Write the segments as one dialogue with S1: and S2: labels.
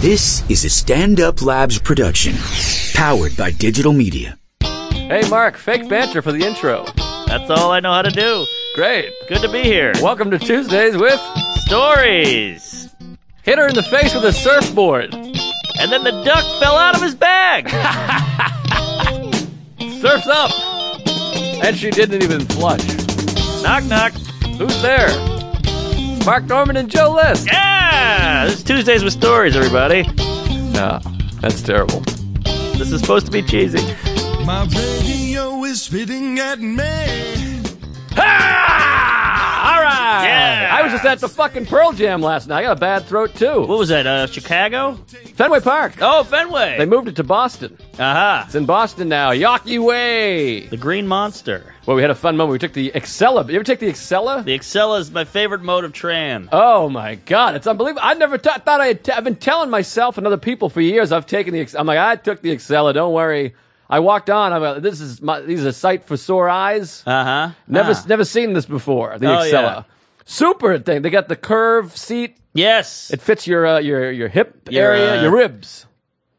S1: This is a Stand Up Labs production, powered by digital media.
S2: Hey, Mark, fake banter for the intro.
S3: That's all I know how to do.
S2: Great.
S3: Good to be here.
S2: Welcome to Tuesdays with
S3: Stories.
S2: Hit Her in the Face with a Surfboard.
S3: And then the duck fell out of his bag.
S2: Surf's up. And she didn't even flush.
S3: knock, knock.
S2: Who's there? Mark Norman and Joe List.
S3: Yeah! This is Tuesdays with Stories, everybody.
S2: No, that's terrible.
S3: This is supposed to be cheesy.
S4: My radio is spitting at me.
S2: Ah! All right.
S3: Yeah.
S2: I was just at the fucking Pearl Jam last night. I got a bad throat, too.
S3: What was that, uh, Chicago?
S2: Fenway Park.
S3: Oh,
S2: They
S3: Fenway.
S2: moved it to Boston.
S3: Aha.
S2: It's in Boston now. Yawkey Way.
S3: The Green Monster.
S2: Well, we had a fun moment. We took the Excella. You ever take the Excella?
S3: The Excella is my favorite mode of tram.
S2: Oh my God, it's unbelievable! I never t- thought I had. T- I've been telling myself and other people for years. I've taken the. Ex- I'm like, I took the Excella. Don't worry. I walked on. I'm like, this is my. These are sight for sore eyes.
S3: Uh huh.
S2: never, never seen this before. The
S3: Oh,
S2: Excella,
S3: yeah.
S2: super thing. They got the curve seat.
S3: Yes.
S2: It fits your uh, your your hip
S3: Your,
S2: area,
S3: uh,
S2: your ribs,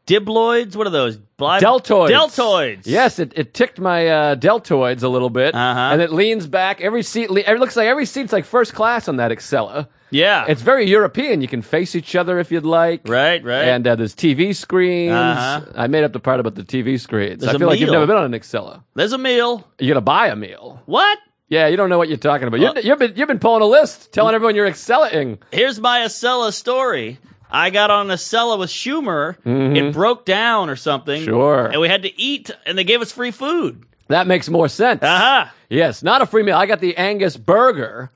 S3: Dibloids? What are those? Bli-
S2: deltoids.
S3: Deltoids.
S2: Yes, it, it ticked my uh, deltoids a little bit,
S3: Uh-huh.
S2: and it leans back. Every seat. Le- it looks like every seat's like first class on that Excella.
S3: Yeah.
S2: It's very European. You can face each other if you'd like.
S3: right, right.
S2: And uh, there's TV screens.
S3: Uh-huh.
S2: I made up the part about the TV screens.
S3: There's
S2: I
S3: a
S2: feel like you've
S3: meal.
S2: never been on an Excella.
S3: There's a meal.
S2: You're gonna buy a meal.
S3: What?
S2: Yeah, you don't know what you're talking about.
S3: Uh,
S2: You've, you've been you've been pulling a list, telling everyone you're excelling.
S3: Here's my Acela story. I got on Acela with Schumer. It broke down or something.
S2: Mm-hmm. Sure.
S3: And we had to eat, and they gave us free food.
S2: That makes more sense.
S3: Aha.
S2: Yes, not a free meal. I got the Angus burger,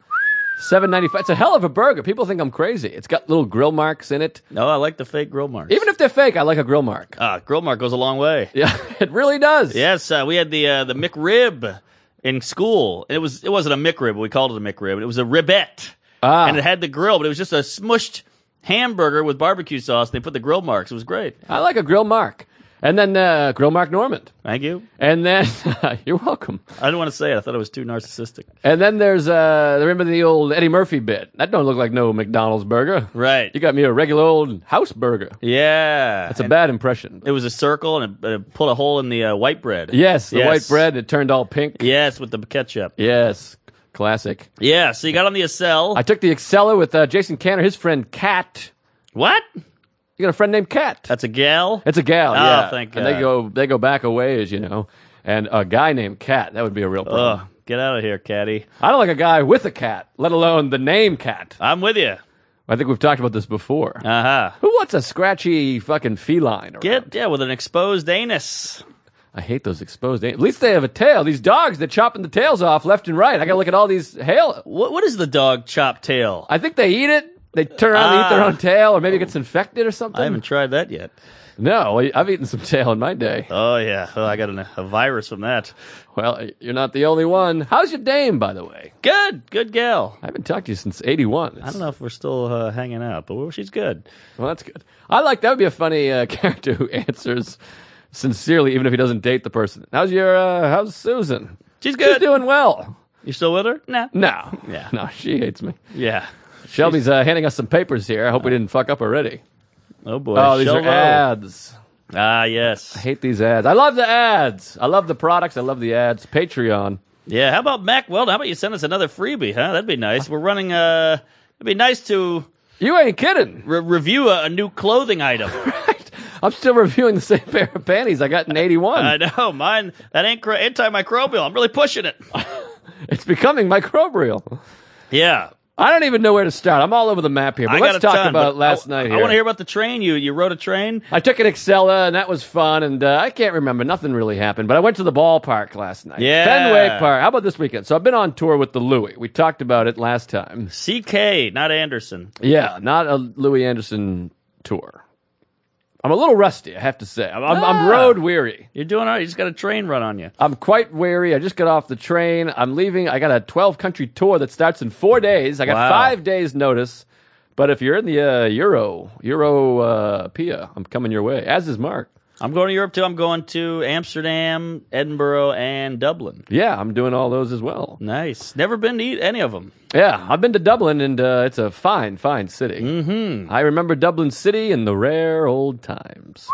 S2: seven ninety five. It's a hell of a burger. People think I'm crazy. It's got little grill marks in it.
S3: No, I like the fake grill mark.
S2: Even if they're fake, I like a grill mark.
S3: Ah, grill mark goes a long way.
S2: Yeah, it really does.
S3: Yes, uh, we had the uh, the McRib in school. It was it wasn't a McRib. but We called it a McRib. It was a ribette,
S2: Ah.
S3: and it had the grill, but it was just a smushed hamburger with barbecue sauce. They put the grill marks. It was great.
S2: I like a grill mark. And then uh, grill mark Normand.
S3: Thank you.
S2: And then you're welcome.
S3: I didn't want to say it. I thought it was too narcissistic.
S2: And then there's uh remember the old Eddie Murphy bit. That don't look like no McDonald's burger.
S3: Right.
S2: You got me a regular old house burger.
S3: yeah.
S2: That's a bad impression.
S3: It was a circle, and it, it put a hole in the uh, white bread.
S2: Yes, the white bread it turned all pink.
S3: Yes, with the ketchup.
S2: Yes, classic.
S3: Yeah. So you got on the Acel.
S2: I took the Excella with uh, Jason Canner, his friend Kat.
S3: what?
S2: You got a friend named Kat.
S3: That's a gal.
S2: It's a gal.
S3: Oh,
S2: yeah.
S3: thank
S2: And they
S3: God.
S2: go they go back a ways, you know. And a guy named Kat, that would be a real problem.
S3: Ugh, get out of here, caddy.
S2: I don't like a guy with a cat, let alone the name Cat.
S3: I'm with you.
S2: I think we've talked about this before.
S3: Uh huh.
S2: Who wants a scratchy fucking feline? around?
S3: Get yeah with an exposed anus.
S2: I hate those exposed. At least they have a tail. These dogs, they're chopping the tails off left and right. I gotta look at all these hail.
S3: What what is the dog chop tail? I,
S2: I think they eat it. They turn around, and eat their
S3: Ah.
S2: own tail, or maybe it gets infected or something.
S3: haven't tried that yet.
S2: no, I- I've eaten some tail in my day.
S3: Oh yeah, oh, I got an, a virus from that.
S2: Well, you're not the only one. How's your dame, by the way?
S3: Good, good gal.
S2: I haven't talked to you since '81.
S3: I don't know if we're still uh, hanging out, but well, she's good.
S2: Well, that's good. I like that. Would be a funny uh, character who answers sincerely, even if he doesn't date the person. How's your? Uh, how's Susan?
S3: She's
S2: She's
S3: good.
S2: doing well.
S3: You still with her? Nah.
S2: No,
S3: Yeah.
S2: no, she hates me.
S3: Yeah.
S2: Shelby's uh, handing us some papers here. I hope we didn't fuck up already.
S3: Oh boy.
S2: Oh, these are
S3: Shelvo.
S2: ads.
S3: Ah yes.
S2: Hate these ads. I love the ads. I love the products. I love the ads. Patreon.
S3: Yeah. How about Mac Weldon? How about you send us another freebie? Huh? That'd be nice. We're running. Uh, it'd be nice to
S2: You ain't kidding.
S3: re- review a, a new clothing item.
S2: I'm still reviewing the same pair of panties I got in '81.
S3: I know mine. That ain't cro- antimicrobial. I'm really pushing it.
S2: It's becoming microbial.
S3: Yeah.
S2: I don't even know where to start. I'm all over the map here. But
S3: I
S2: let's
S3: got a
S2: talk
S3: ton,
S2: about
S3: but
S2: last
S3: I-
S2: night here.
S3: I want to hear about the train. You you rode a train.
S2: I took an Excella, and that was fun. And uh, I can't remember; nothing really happened. But I went to the ballpark last night.
S3: Yeah.
S2: Fenway Park. How about this weekend? So I've been on tour with the Louis. We talked about it last time.
S3: CK, not Anderson.
S2: Yeah, not a Louis Anderson tour. I'm a little rusty, I have to say. I'm, I'm, I'm
S3: Ah.
S2: road weary.
S3: You're doing all right. You just got a train run on you.
S2: I'm quite weary. I just got off the train. I'm leaving. I got a 12 country tour that starts in four days. I got
S3: Wow.
S2: five days notice. But if you're in the uh, Euro, Euro uh, Pia, I'm coming your way. As is Mark.
S3: I'm going to Europe too. I'm going to Amsterdam, Edinburgh, and Dublin.
S2: Yeah, I'm doing all those as well.
S3: Nice. Never been to eat any of them.
S2: Yeah, I've been to Dublin, and uh, it's a fine, fine city. Mm-hmm. I remember Dublin City in the rare old times.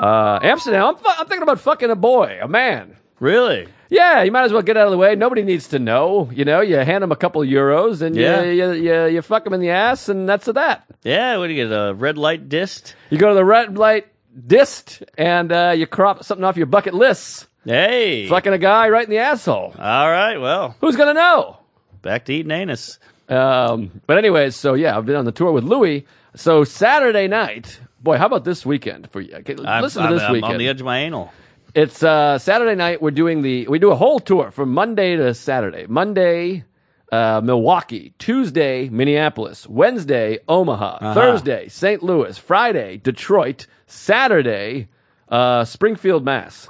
S2: Uh, Amsterdam, I'm, fu- I'm thinking about fucking a boy, a man.
S3: Really?
S2: Yeah, you might as well get out of the way. Nobody needs to know. You know, you hand them a couple euros, and
S3: Yeah.
S2: you, you, you, you fuck them in the ass, and that's a that.
S3: Yeah. What do you get? A red light dist?
S2: You go to the red light dist, and uh, you crop something off your bucket list.
S3: Hey.
S2: Fucking a guy right in the asshole.
S3: All right. Well,
S2: Who's gonna know?
S3: back to eating anus.
S2: Um, but anyways, so yeah, I've been on the tour with Louis. So Saturday night, boy, how about this weekend for you? Okay,
S3: I'm,
S2: listen
S3: I'm-
S2: to this
S3: I'm
S2: weekend.
S3: on the edge of my anal.
S2: It's uh, Saturday night. We're doing the we do a whole tour from Monday to Saturday. Monday, uh, Milwaukee. Tuesday, Minneapolis. Wednesday, Omaha.
S3: Uh-huh.
S2: Thursday, St. Louis. Friday, Detroit. Saturday, uh, Springfield, Mass.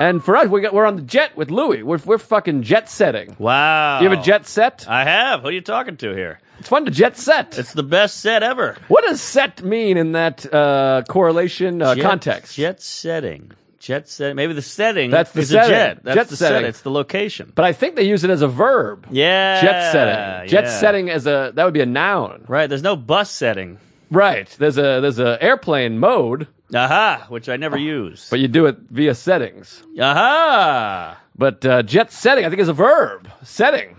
S2: And for us, we got, we're on the jet with Louis. We're we're fucking jet setting.
S3: Wow.
S2: You have a jet set?
S3: Oh. I have. Who are you talking to here?
S2: It's fun to jet set.
S3: It's the best set ever.
S2: What does set mean in that uh, correlation uh,
S3: Jet-
S2: context?
S3: Jet setting. Jet setting. Maybe the setting.
S2: That's the
S3: is
S2: setting.
S3: A jet. That's
S2: Jet
S3: the set.
S2: setting.
S3: It's the location.
S2: But I think they use it as a verb.
S3: Yeah.
S2: Jet setting. Jet
S3: yeah.
S2: setting as a that would be a noun.
S3: Right. There's no bus setting.
S2: Right. There's a there's a airplane mode,
S3: Aha. Which I never use.
S2: but you do it via settings.
S3: Aha.
S2: But uh, jet setting, I think, is a verb. Setting.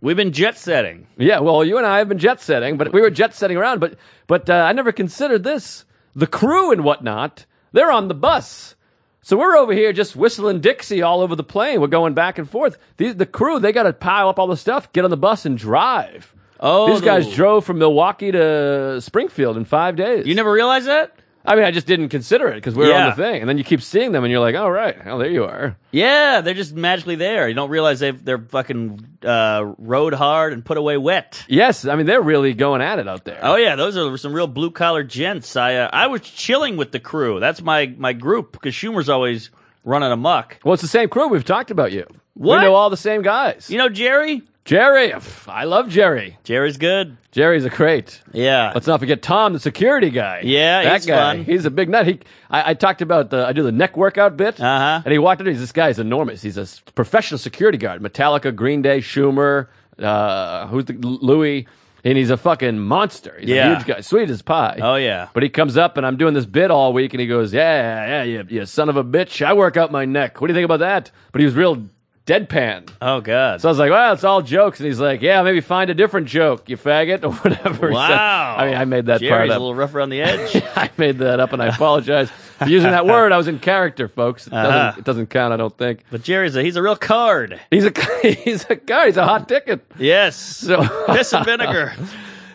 S3: We've been jet setting.
S2: Yeah. Well, you and I have been jet setting, but we were jet setting around. But but uh, I never considered this. The crew and whatnot, they're on the bus. So we're over here just whistling Dixie all over the plane. We're going back and forth. These, the crew, they got to pile up all the stuff, get on the bus, and drive.
S3: Oh,
S2: These guys
S3: the-
S2: drove from Milwaukee to Springfield in five days.
S3: You never realized that?
S2: I mean, I just didn't consider it because we were on
S3: Yeah.
S2: the thing, and then you keep seeing them, and you're like, "All right, oh, there you are."
S3: Yeah, they're just magically there. You don't realize they've, they're fucking uh, rode hard and put away wet.
S2: Yes, I mean they're really going at it out there.
S3: Oh yeah, those are some real blue collar gents. I uh, I was chilling with the crew. That's my my group because Schumer's always running amok.
S2: Well, it's the same crew we've talked about. You,
S3: What?
S2: we know all the same guys.
S3: You know Jerry?
S2: Jerry, pff, I love Jerry.
S3: Jerry's good.
S2: Jerry's a crate.
S3: Yeah.
S2: Let's not forget Tom, the security guy.
S3: Yeah,
S2: that
S3: he's
S2: guy.
S3: fun.
S2: He's a big nut. He, I, I talked about the, I do the neck workout bit,
S3: Uh-huh.
S2: and he walked in. He's this guy's enormous. He's a s- professional security guard. Metallica, Green Day, Schumer, uh, who's the Louis, and he's a fucking monster. He's a
S3: Yeah.
S2: huge guy, sweet as pie.
S3: oh yeah.
S2: But he comes up and I'm doing this bit all week, and he goes, "Yeah, yeah, you, you son of a bitch! I work out my neck. What do you think about that?" But he was real deadpan.
S3: Oh god.
S2: So I was like, "Well, it's all jokes," and he's like, "Yeah, maybe find a different joke, you faggot, or whatever." He said-
S3: wow.
S2: I mean, I made that
S3: Jerry's
S2: part
S3: a
S2: up.
S3: little rough around the edge.
S2: I made that up, and I apologize for using that word. I was in character, folks. It doesn't,
S3: Uh-huh.
S2: it doesn't count, I don't think.
S3: but Jerry's a, he's a real card.
S2: He's a he's a guy. He's a hot ticket.
S3: Yes.
S2: So
S3: piss and vinegar.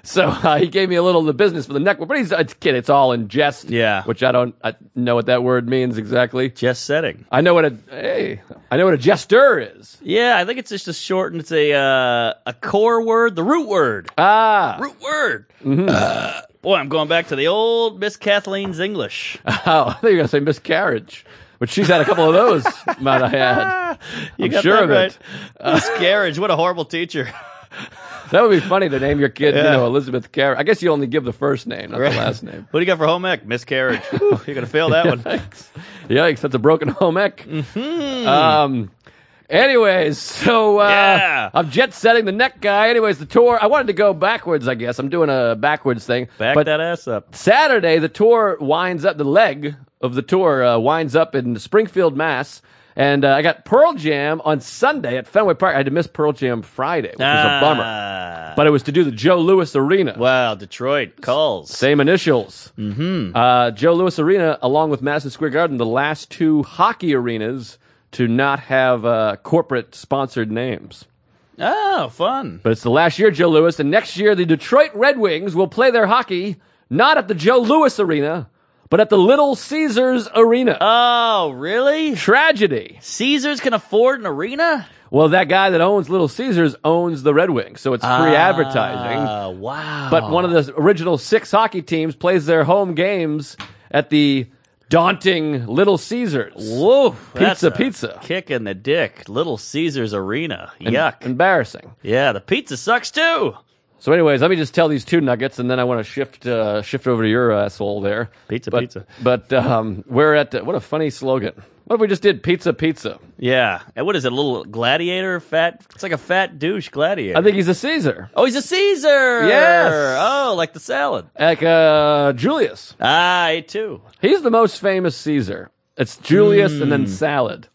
S2: So uh, he gave me a little of the business for the neck, but he's a kid. It's all in jest.
S3: Yeah.
S2: which I don't I know what that word means exactly.
S3: Just setting.
S2: I know what a hey, I know what a jester is.
S3: Yeah, I think it's just a short and it's a uh, a core word, the root word.
S2: Ah, Mm-hmm.
S3: root word. Uh, boy, I'm going back to the old Miss Kathleen's English.
S2: oh, I thought you were gonna say miscarriage, but she's had a couple of those. might I add?
S3: You
S2: I'm
S3: got
S2: sure uh,
S3: that
S2: of it.
S3: right. Miscarriage. What a horrible teacher.
S2: That would be funny to name your kid, you
S3: Yeah.
S2: know, Elizabeth Carriage. I guess you only give the first name, not the last name.
S3: What do you got for home ec? Miscarriage. Whew, You're gonna fail that one.
S2: Yikes, that's a broken home ec.
S3: Mm-hmm.
S2: Um, anyways, so uh,
S3: Yeah.
S2: I'm jet setting the neck guy. Anyways, the tour, I wanted to go backwards, I guess. I'm doing a backwards thing.
S3: Back
S2: but
S3: that ass up.
S2: Saturday, the tour winds up, the leg of the tour uh, winds up in Springfield, Mass. And uh, I got Pearl Jam on Sunday at Fenway Park. I had to miss Pearl Jam Friday, which was a bummer.
S3: Ah.
S2: But it was to do the Joe Louis Arena.
S3: Wow, Detroit calls.
S2: Same initials. Mm-hmm. Uh, Joe Louis Arena, along with Madison Square Garden, the last two hockey arenas to not have uh, corporate sponsored names.
S3: Oh, fun.
S2: But it's the last year, Joe Louis, and next year the Detroit Red Wings will play their hockey not at the Joe Louis Arena, but at the Little Caesars Arena.
S3: Oh, really?
S2: Tragedy.
S3: Caesars can afford an arena?
S2: Well, that guy that owns Little Caesars owns the Red Wings, so it's free
S3: Ah.
S2: advertising.
S3: Oh, wow.
S2: but one of the original six hockey teams plays their home games at the daunting Little Caesars.
S3: Whoa, that's
S2: Pizza,
S3: a
S2: pizza.
S3: Kick in the dick. Little Caesars Arena. Yuck.
S2: Embarrassing.
S3: yeah, the pizza sucks too.
S2: So, anyways, let me just tell these two nuggets, and then I want to shift uh, shift over to your asshole there.
S3: Pizza,
S2: but,
S3: pizza.
S2: But um, we're at the, what a funny slogan. What if we just did pizza, pizza?
S3: Yeah. And what is it? A little gladiator? Fat? It's like a fat douche gladiator.
S2: I think he's a Caesar,
S3: oh, he's a Caesar.
S2: Yes.
S3: Oh, like the salad.
S2: like uh, Julius.
S3: Ah, I too.
S2: He's the most famous Caesar. It's Julius and then
S3: Hmm.
S2: salad.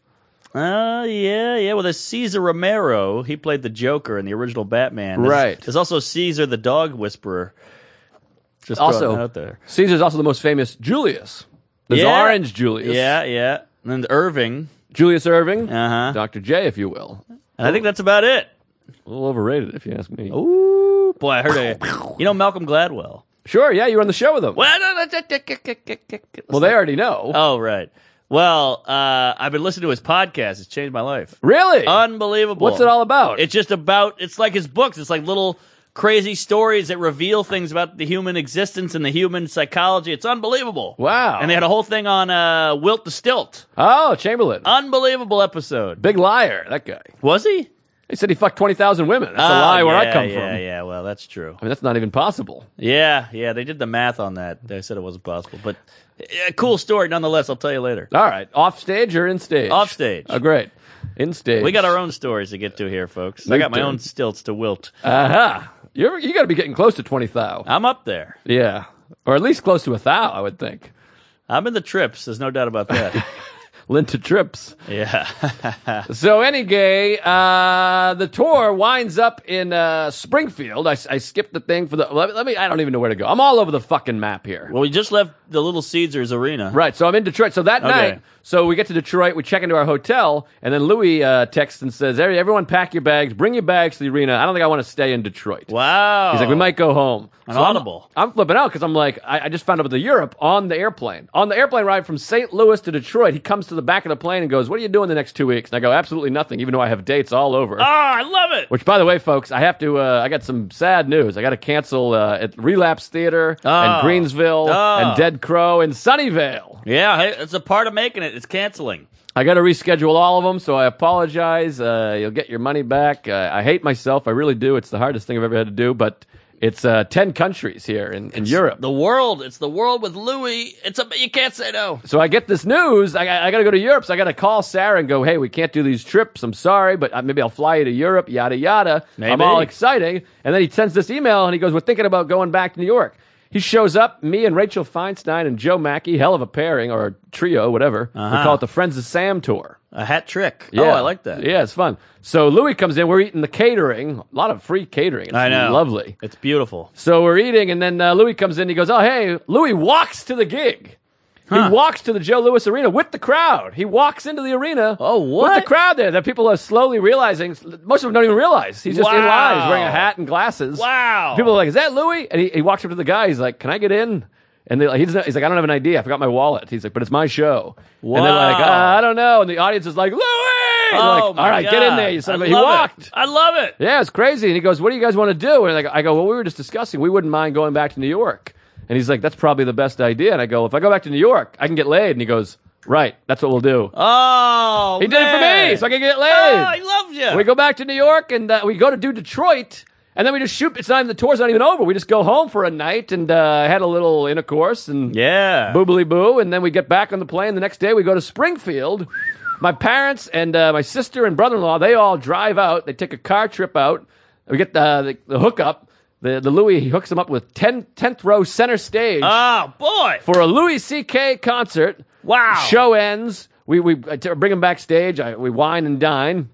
S3: Oh, yeah, yeah. Well, there's Caesar Romero. He played the Joker in the original Batman. There's-
S2: Right.
S3: There's also Caesar the Dog Whisperer. Just throwing
S2: Also,
S3: that out there.
S2: Caesar's also the most famous Julius. There's
S3: Yeah.
S2: Orange Julius.
S3: Yeah, yeah. And then Irving.
S2: Julius Irving.
S3: Uh huh.
S2: Dr. J, if you will.
S3: And I think that's about it.
S2: A little overrated, if you ask me.
S3: Ooh, boy, I heard a. You know Malcolm Gladwell.
S2: Sure, yeah, you were on the show with them.
S3: Well, no, no, tick, tick, tick, tick, tick, tick, tick.
S2: Well, they already know.
S3: Oh, right. Well, uh, I've been listening to his podcast. It's changed my life.
S2: really?
S3: Unbelievable.
S2: What's it all about?
S3: uh, It's just about. It's like his books. It's like little crazy stories that reveal things about the human existence and the human psychology. It's unbelievable.
S2: Wow.
S3: And they had a whole thing on uh, Wilt the Stilt.
S2: oh, Chamberlain.
S3: Unbelievable episode.
S2: Big liar, that guy.
S3: Was he?
S2: He said he fucked 20,000 women. That's a
S3: Oh,
S2: lie where I
S3: yeah,
S2: come
S3: Yeah,
S2: from.
S3: yeah. Well, that's true.
S2: I mean, that's not even possible.
S3: Yeah, yeah. They did the math on that. They said it wasn't possible, but uh, cool story nonetheless. I'll tell you later.
S2: All right, off stage or in stage?
S3: Off stage.
S2: Oh, great. In stage.
S3: We got our own stories to get to here, folks. I
S2: We
S3: got my
S2: do.
S3: own stilts to wilt.
S2: Aha. Uh-huh. You're, you got to be getting close to 20,000.
S3: I'm up there.
S2: Yeah. Or at least close to a thou, I would think.
S3: I'm in the trips. There's no doubt about that.
S2: Linda trips.
S3: yeah.
S2: So, any gay, uh, the tour winds up in uh, Springfield. I, I skipped the thing for the. Let me, let me. I don't even know where to go. I'm all over the fucking map here.
S3: Well, we just left the Little Caesars Arena.
S2: Right. So I'm in Detroit. So that
S3: Okay.
S2: night, so we get to Detroit, we check into our hotel, and then Louis uh, texts and says, "Every- "Everyone, pack your bags, bring your bags to the arena. I don't think I want to stay in Detroit."
S3: Wow.
S2: He's like, "We might go home."
S3: An
S2: I'm-
S3: audible.
S2: I'm, flipping out because I'm like, I, I just found out about the Europe on the airplane. On the airplane ride from St. Louis to Detroit, he comes to the back of the plane and goes, "What are you doing the next two weeks?" And I go, "Absolutely nothing," even though I have dates all over.
S3: Oh, I love it.
S2: Which, by the way, folks, I have to. Uh, I got some sad news. I got to cancel uh, at Relapse Theater
S3: Oh.
S2: and Greensville
S3: Oh.
S2: and Dead Crow and Sunnyvale.
S3: Yeah, hey, it's a part of making it. It's canceling.
S2: I got to reschedule all of them, so I apologize. Uh, you'll get your money back. Uh, I hate myself. I really do. It's the hardest thing I've ever had to do, but it's uh, 10 countries here in, in Europe.
S3: The world. It's the world with Louis. It's a. You can't say no.
S2: so I get this news. I, I, got to go to Europe, so I got to call Sarah and go, hey, we can't do these trips. I'm sorry, but uh, maybe I'll fly you to Europe, yada, yada. I'm
S3: Maybe.
S2: all exciting. And then he sends this email, and he goes, we're thinking about going back to New York. He shows up, me and Rachel Feinstein and Joe Mackey, hell of a pairing or a trio, whatever.
S3: Uh-huh.
S2: We call it the Friends of Sam tour.
S3: A hat trick.
S2: Yeah.
S3: Oh, I like that.
S2: Yeah, it's fun. So Louis comes in. We're eating the catering. A lot of free catering. It's
S3: I know.
S2: Lovely.
S3: It's beautiful.
S2: So we're eating, and then uh, Louis comes in. He goes, "Oh, hey!" Louis walks to the gig. He walks to the Joe Louis Arena with the crowd. He walks into the arena.
S3: Oh,
S2: With
S3: what?
S2: the crowd there that people are slowly realizing. Most of them don't even realize he's just in line. He's wearing a
S3: Wow.
S2: hat and glasses.
S3: Wow.
S2: People are like, "Is that Louis?" And he, he walks up to the guy. He's like, "Can I get in?" And they're like, he's, not, he's like, "I don't have an idea. I forgot my wallet." He's like, "But it's my show." And they're like,
S3: Wow.
S2: uh, "I don't know." And the audience is like, "Louis!"
S3: Oh,
S2: They're like,
S3: my
S2: all right, get in
S3: God.
S2: there. You son of
S3: I
S2: a-" He
S3: love it.
S2: walked.
S3: I love it.
S2: Yeah, it's crazy. And he goes, What do you guys want to do? And I go, I go, Well, we were just discussing. We wouldn't mind going back to New York. And he's like, That's probably the best idea. And I go, If I go back to New York, I can get laid. And he goes, Right, that's what we'll do.
S3: Oh,
S2: he did it for me,
S3: man.
S2: so I can get
S3: Oh, I
S2: laid.
S3: loved you.
S2: we go back to New York and uh, we go to do Detroit. And then we just shoot. It's not even the tour's not even over. We just go home for a night and uh, had a little intercourse and
S3: Yeah.
S2: boobly boo, and then we get back on the plane. The next day, we go to Springfield. My parents and uh, my sister and brother in law they all drive out. They take a car trip out. We get the the, the hookup. The the Louis he hooks them up with 10, 10th row center stage
S3: Oh boy.
S2: for a Louis C.K. concert.
S3: Wow.
S2: Show ends. We we I t- bring him backstage. I, we wine and dine.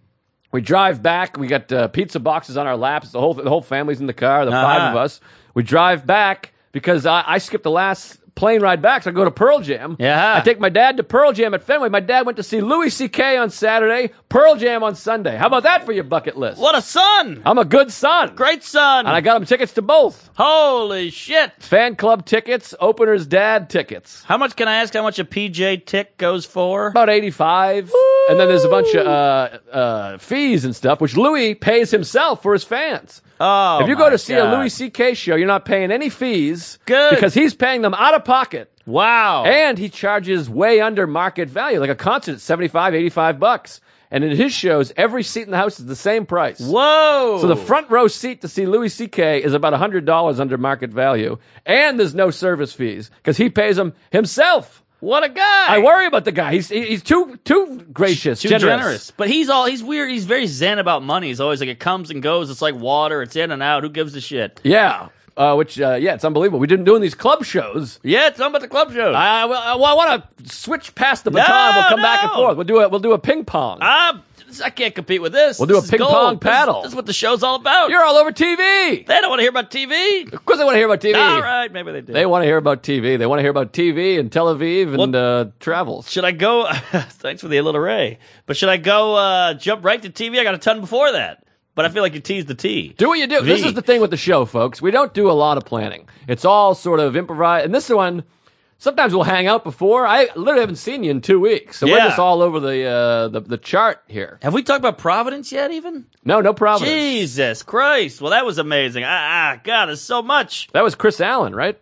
S2: We drive back. We got uh, pizza boxes on our laps. The whole the whole family's in the car. The
S3: Uh-huh.
S2: five of us. We drive back because I, I skipped the last plane ride back. So I go to Pearl Jam.
S3: Yeah.
S2: I take my dad to Pearl Jam at Fenway. My dad went to see Louis C.K. on Saturday. Pearl Jam on Sunday. How about that for your bucket list?
S3: What a son.
S2: I'm a good son.
S3: Great son.
S2: And I got him tickets to both
S3: Holy shit.
S2: fan club tickets, openers, dad tickets.
S3: How much can I ask? How much a PJ tick goes for?
S2: about 85 and then there's a bunch of uh, uh, fees and stuff which louis pays himself for his fans
S3: Oh,
S2: if you
S3: my
S2: go to see a
S3: God.
S2: louis ck show you're not paying any fees
S3: Good.
S2: because he's paying them out of pocket
S3: Wow.
S2: and he charges way under market value like a concert 75 85 bucks And in his shows, every seat in the house is the same price.
S3: Whoa!
S2: So the front row seat to see Louis C.K. is about $100 under market value. And there's no service fees because he pays them himself.
S3: what a guy!
S2: I worry about the guy. He's, he's too, too gracious,
S3: too generous. But he's all he's weird. He's very zen about money. He's always like it comes and goes. It's like water. It's in and out. Who gives a shit?
S2: Yeah. Uh, which, uh, yeah, it's unbelievable. We've been doing these club shows.
S3: Yeah, it's not about the club shows.
S2: Uh, well, uh, well, I want to switch past the baton.
S3: No,
S2: we'll come back and
S3: no.
S2: forth. We'll do a, we'll do a ping pong.
S3: I, I can't compete with this.
S2: We'll do a
S3: This is
S2: ping
S3: gold.
S2: pong
S3: This-
S2: paddle.
S3: This is what the show's all about.
S2: You're all over TV.
S3: they don't want to hear about TV.
S2: Of course, they want to hear about TV.
S3: All right, maybe they do.
S2: They want to hear about TV. They want to hear about TV and Tel Aviv and uh, travels.
S3: should I go? thanks for the little ray. But should I go uh, jump right to TV? I got a ton before that. But I feel like you teased the T.
S2: Do what you do. This
S3: V.
S2: is the thing with the show, folks. We don't do a lot of planning. It's all sort of improvised. And this one, sometimes we'll hang out before. I literally haven't seen you in two weeks, so we're
S3: Yeah.
S2: just all over the uh, the, the chart here.
S3: Have we talked about Providence yet? Even
S2: No, no problem.
S3: Jesus Christ! Well, that was amazing. Ah, ah, God, there's so much.
S2: That was Chris Allen, right?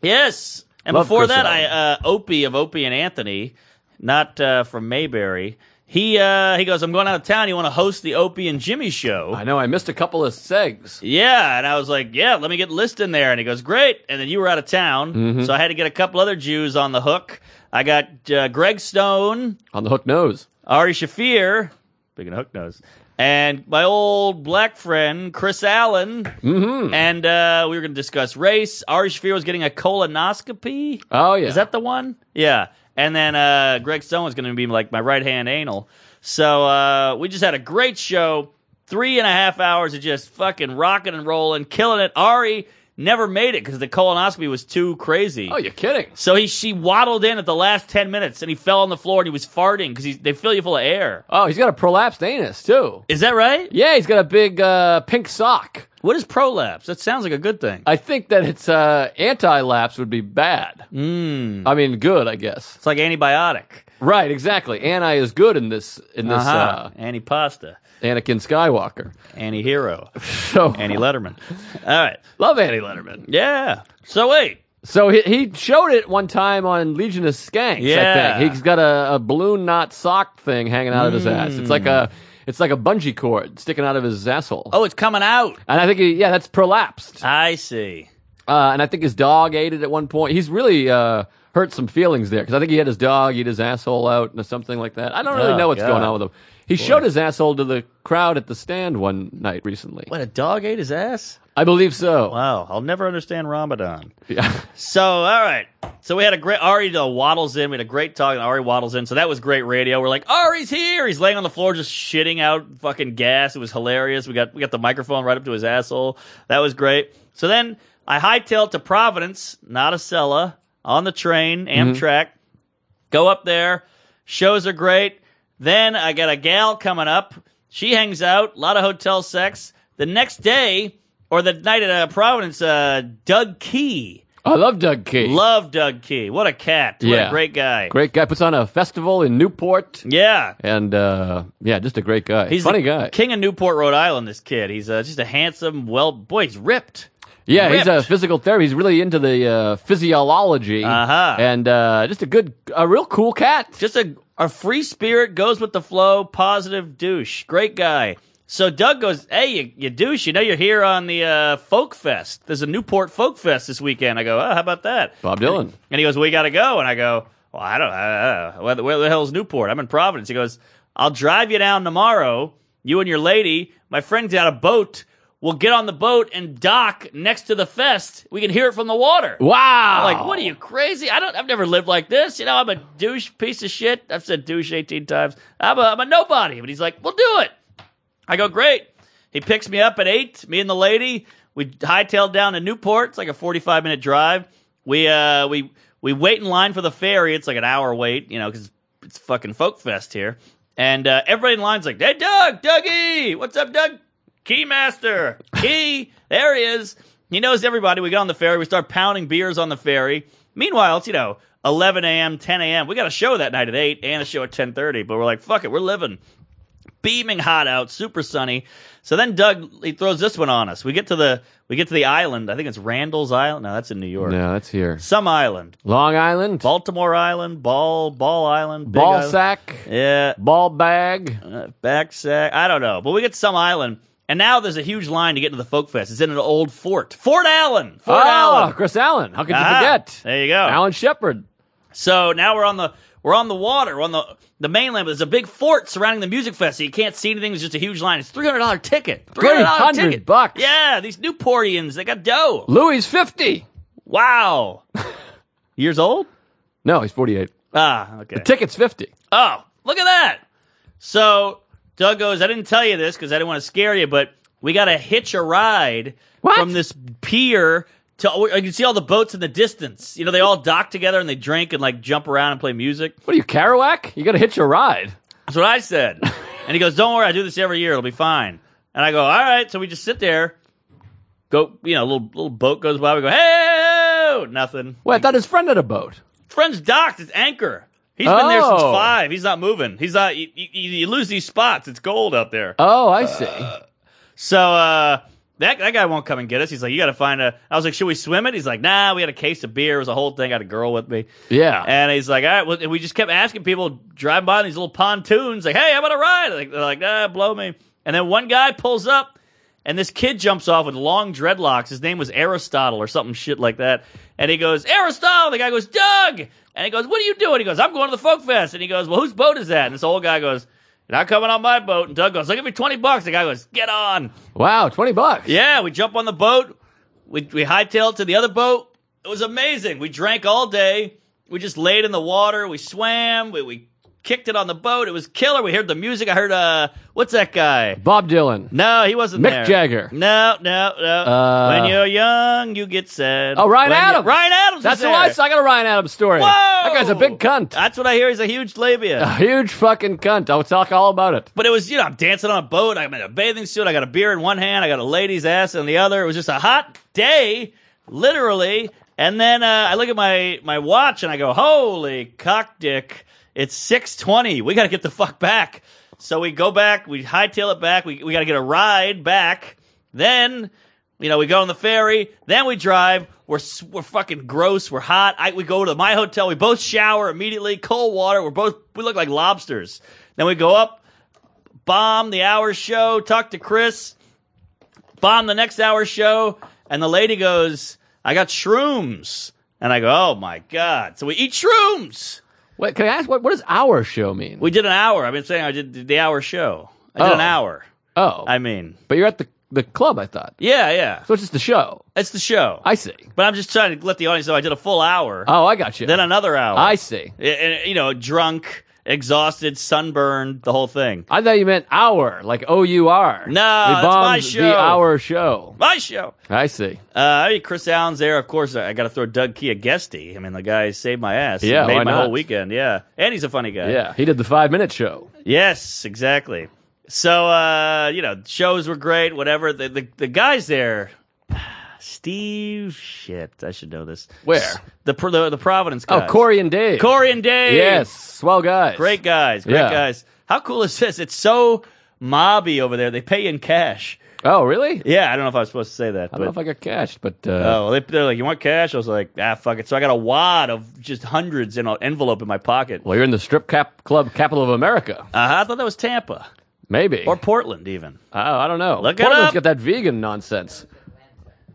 S3: Yes. And
S2: Love
S3: before
S2: Chris
S3: that,
S2: Allen.
S3: I uh, Opie of Opie and Anthony, not uh, from Mayberry. He uh, he goes, I'm going out of town. You want to host the Opie and Jimmy show?
S2: I know I missed a couple of segs.
S3: yeah, and I was like, yeah, let me get List in there. And he goes, great. And then you were out of town,
S2: Mm-hmm.
S3: so I had to get a couple other Jews on the hook. I got uh, Greg Stone,
S2: On the hook nose.
S3: Ari Shafir, big and hook nose, and my old black friend Chris Allen. Mm-hmm. And uh, we were going to discuss race. Ari Shafir was getting a colonoscopy.
S2: Oh yeah.
S3: Is that the one? Yeah. And then uh, Greg Stone was going to be like my right hand anal. So uh, we just had a great show. Three and a half hours of just fucking rocking and rolling, killing it. Ari never made it because the colonoscopy was too crazy.
S2: Oh, you're kidding.
S3: So he she waddled in at the last ten minutes and he fell on the floor and he was farting because they fill you full of air.
S2: Oh, he's got a prolapsed anus too.
S3: Is that right?
S2: Yeah, he's got a big uh, pink sock.
S3: What is prolapse? That sounds like a good thing.
S2: I think that it's uh, anti-lapse would be bad.
S3: Hmm.
S2: I mean, good, I guess.
S3: It's like antibiotic.
S2: Right, exactly. Anti is good in this in this uh
S3: Uh-huh. Anti pasta.
S2: Anakin Skywalker.
S3: Anti hero.
S2: So
S3: Anti Letterman. All right.
S2: love Annie Letterman.
S3: Yeah. So wait.
S2: So he, he showed it one time on Legion of Skanks. I
S3: Yeah.
S2: think he's got a, a balloon knot sock thing hanging out of his ass. It's like
S3: Hmm.
S2: a it's like a bungee cord sticking out of his asshole.
S3: Oh, it's coming out.
S2: And I think he, yeah, that's prolapsed.
S3: I see.
S2: Uh, and I think his dog ate it at one point. He's really uh, hurt some feelings there because I think he had his dog eat his asshole out and something like that. I don't really
S3: Oh,
S2: know what's
S3: God.
S2: going on with him. He showed his asshole to the crowd at the stand one night recently.
S3: What a dog ate his ass.
S2: I believe so.
S3: Wow, I'll never understand Ramadan.
S2: Yeah.
S3: So, all right. So we had a great Ari uh, waddles in. We had a great talk, and Ari waddles in. So that was great radio. We're like, Ari's here. He's laying on the floor, just shitting out fucking gas. It was hilarious. We got we got the microphone right up to his asshole. That was great. So then I hightailed to Providence, not a Acela, on the train, Amtrak. Go up there. Shows are great. Then I got a gal coming up. She hangs out. A lot of hotel sex. The next day, or the night at uh, Providence, uh, Doug Key.
S2: I love Doug Key.
S3: Love Doug Key. What a cat. What
S2: Yeah.
S3: a great guy.
S2: great guy. Puts on a festival in Newport.
S3: Yeah.
S2: And uh, yeah, just a great guy.
S3: He's
S2: funny
S3: the
S2: guy.
S3: King of Newport, Rhode Island, this kid. He's uh, just a handsome, well, boy, he's ripped.
S2: yeah, he's a
S3: ripped.
S2: physical therapist. He's really into the uh, physiology.
S3: Uh-huh.
S2: And uh, just a good, a real cool cat.
S3: Just a, a free spirit, goes with the flow, positive douche. Great guy. So Doug goes, Hey, you, you douche, you know you're here on the uh, Folk Fest. There's a Newport Folk Fest this weekend. I go, Oh, how about that?
S2: Bob Dylan.
S3: And he goes, "We got to go." And I go, "Well, I don't. Uh, where, the- where the hell's Newport? I'm in Providence." He goes, "I'll drive you down tomorrow. You and your lady. My friend's got a boat. We'll get on the boat and dock next to the fest. We can hear it from the water."
S2: Wow.
S3: I'm like, what are you crazy? I don't. I've never lived like this. You know, I'm a douche piece of shit. I've said douche 18 times. I'm a, I'm a nobody. But he's like, we'll do it. I go, great. He picks me up at eight. Me and the lady. We hightailed down to Newport. It's like a 45 minute drive. We uh we we wait in line for the ferry. It's like an hour wait. You know, because it's fucking folk fest here. And uh, everybody in line's like, hey, Doug, Dougie, what's up, Doug? Keymaster, Key, there he is. He knows everybody. We get on the ferry. We start pounding beers on the ferry. Meanwhile, it's you know 11 a.m., 10 a.m. We got a show that night at eight and a show at 10:30. But we're like, fuck it, we're living. beaming hot out, super sunny. So then Doug he throws this one on us. We get to the we get to the island. I think it's Randall's Island. No, that's in New York.
S2: No, that's here.
S3: Some island.
S2: Long Island, ball,
S3: Baltimore Island, Ball Ball Island, Big Island.
S2: sack,
S3: Yeah,
S2: ball bag.
S3: uh, back sack. I don't know, but we get to some island, and now there's a huge line to get to the folk fest. It's in an old fort, Fort Allen, Fort
S2: oh,
S3: Allen.
S2: Chris Allen. How could you
S3: Ah,
S2: forget?
S3: There you go.
S2: Alan Shepard.
S3: So now we're on the we're on the water, we're on the the mainland. But there's a big fort surrounding the music fest, so you can't see anything. It's just a huge line. It's three hundred dollar ticket. $300
S2: $300
S3: ticket.
S2: bucks.
S3: Yeah, these Newportians, they got dough.
S2: Louis fifty.
S3: Wow, years old.
S2: No, he's forty-eight.
S3: Ah, okay.
S2: Tickets fifty.
S3: Oh, look at that. So Doug goes, I didn't tell you this because I didn't want to scare you, but we got to hitch a ride
S2: What?
S3: from this pier to, oh, you can see all the boats in the distance. You know, they all dock together and they drink and like jump around and play music.
S2: What are you, Kerouac? You got to hitch a ride.
S3: That's what I said. And he goes, Don't worry, I do this every year. It'll be fine. And I go, All right. So we just sit there. Go, you know, a little, little boat goes by. We go, Hey, nothing.
S2: Wait, I thought his friend had a boat.
S3: Friend's docked. It's anchor. He's been there since
S2: Oh.
S3: five. He's not moving. He's not, you, you, you lose these spots. It's gold up there.
S2: Oh, I see.
S3: So uh, that that guy won't come and get us. He's like, you got to find a. I was like, should we swim it? He's like, nah. We had a case of beer. It was a whole thing. I had a girl with me,
S2: yeah.
S3: and he's like, all right. Well, and we just kept asking people driving by these little pontoons, like, hey, how about a ride? Like, they're like, nah, blow me. And then one guy pulls up, and this kid jumps off with long dreadlocks. His name was Aristotle or something shit like that. And he goes, Aristotle. The guy goes, Doug. And he goes, what are you doing? He goes, I'm going to the folk fest. And he goes, well, whose boat is that? And this old guy goes. You're not coming on my boat. And Doug goes, I'll give you 20 bucks. The guy goes, get on.
S2: wow, twenty bucks.
S3: Yeah, we jump on the boat. We we hightailed to the other boat. It was amazing. We drank all day. We just laid in the water. We swam. We we kicked it on the boat. It was killer. We heard the music. I heard uh, what's that guy?
S2: Bob Dylan.
S3: No, he wasn't
S2: Mick
S3: there.
S2: Jagger.
S3: No, no, no.
S2: Uh,
S3: when you're young, you get sad.
S2: Oh, Ryan
S3: When you-
S2: Adams.
S3: Ryan Adams.
S2: That's
S3: was
S2: who
S3: there.
S2: I saw. I got a Ryan Adams story.
S3: Whoa!
S2: That guy's a big cunt.
S3: That's what I hear. He's a huge labia.
S2: A huge fucking cunt. I'll talk all about it.
S3: But it was, you know, I'm dancing on a boat. I'm in a bathing suit. I got a beer in one hand. I got a lady's ass in the other. It was just a hot day, literally. And then uh, I look at my my watch and I go, "Holy cock dick! It's six twenty. We got to get the fuck back." So we go back. We hightail it back. We we got to get a ride back. Then. You know, we go on the ferry, then we drive. We're s- we're fucking gross. We're hot. I, we go to my hotel. We both shower immediately, cold water. We're both we look like lobsters. Then we go up bomb the hour show, talk to Chris, bomb the next hour show, and the lady goes, I got shrooms. And I go, oh my God. So we eat shrooms.
S2: Wait, can I ask what? What does our show mean?
S3: We did an hour. I've been saying I did the hour show. I did
S2: Oh.
S3: an hour.
S2: oh,
S3: I mean,
S2: but you're at the the club. I thought
S3: yeah, yeah.
S2: so. It's just the show.
S3: That's the show.
S2: I see.
S3: but I'm just trying to let the audience know I did a full hour,
S2: Oh, I got you.
S3: then another hour.
S2: I see.
S3: And- and, you know, drunk, exhausted, sunburned, the whole thing.
S2: I thought you meant our, like O U R.
S3: No,
S2: we
S3: that's my
S2: bombed
S3: show.
S2: the our show.
S3: My show.
S2: I see.
S3: Uh, I mean, Chris Allen's there, of course. I, got to throw Doug Key a guestie. I mean, the guy saved my ass. He
S2: Yeah,
S3: made
S2: why
S3: my
S2: not?
S3: whole weekend. Yeah, and he's a funny guy.
S2: Yeah, he did the five minute show.
S3: Yes, exactly. So uh, you know, shows were great. Whatever. The the, the guys there, Steve. Shit, I should know this.
S2: Where?
S3: the Pro- the, the Providence
S2: Oh,
S3: guys.
S2: Corey and Dave.
S3: Corey and Dave.
S2: Yes, swell guys.
S3: Great guys. Great
S2: Yeah.
S3: guys. How cool is this? It's so mobby over there. They pay in cash.
S2: Oh, really?
S3: Yeah, I don't know if I was supposed to say that.
S2: I
S3: but-
S2: don't know if I got cashed, but uh,
S3: Oh, they, they're like, you want cash? I was like, ah, fuck it. So I got a wad of just hundreds in an envelope in my pocket. Uh,
S2: well, you're in the strip cap club capital of America,
S3: I thought that was Tampa
S2: maybe.
S3: or Portland, even
S2: oh, I don't know.
S3: Look it
S2: Portland's
S3: up.
S2: got that vegan nonsense.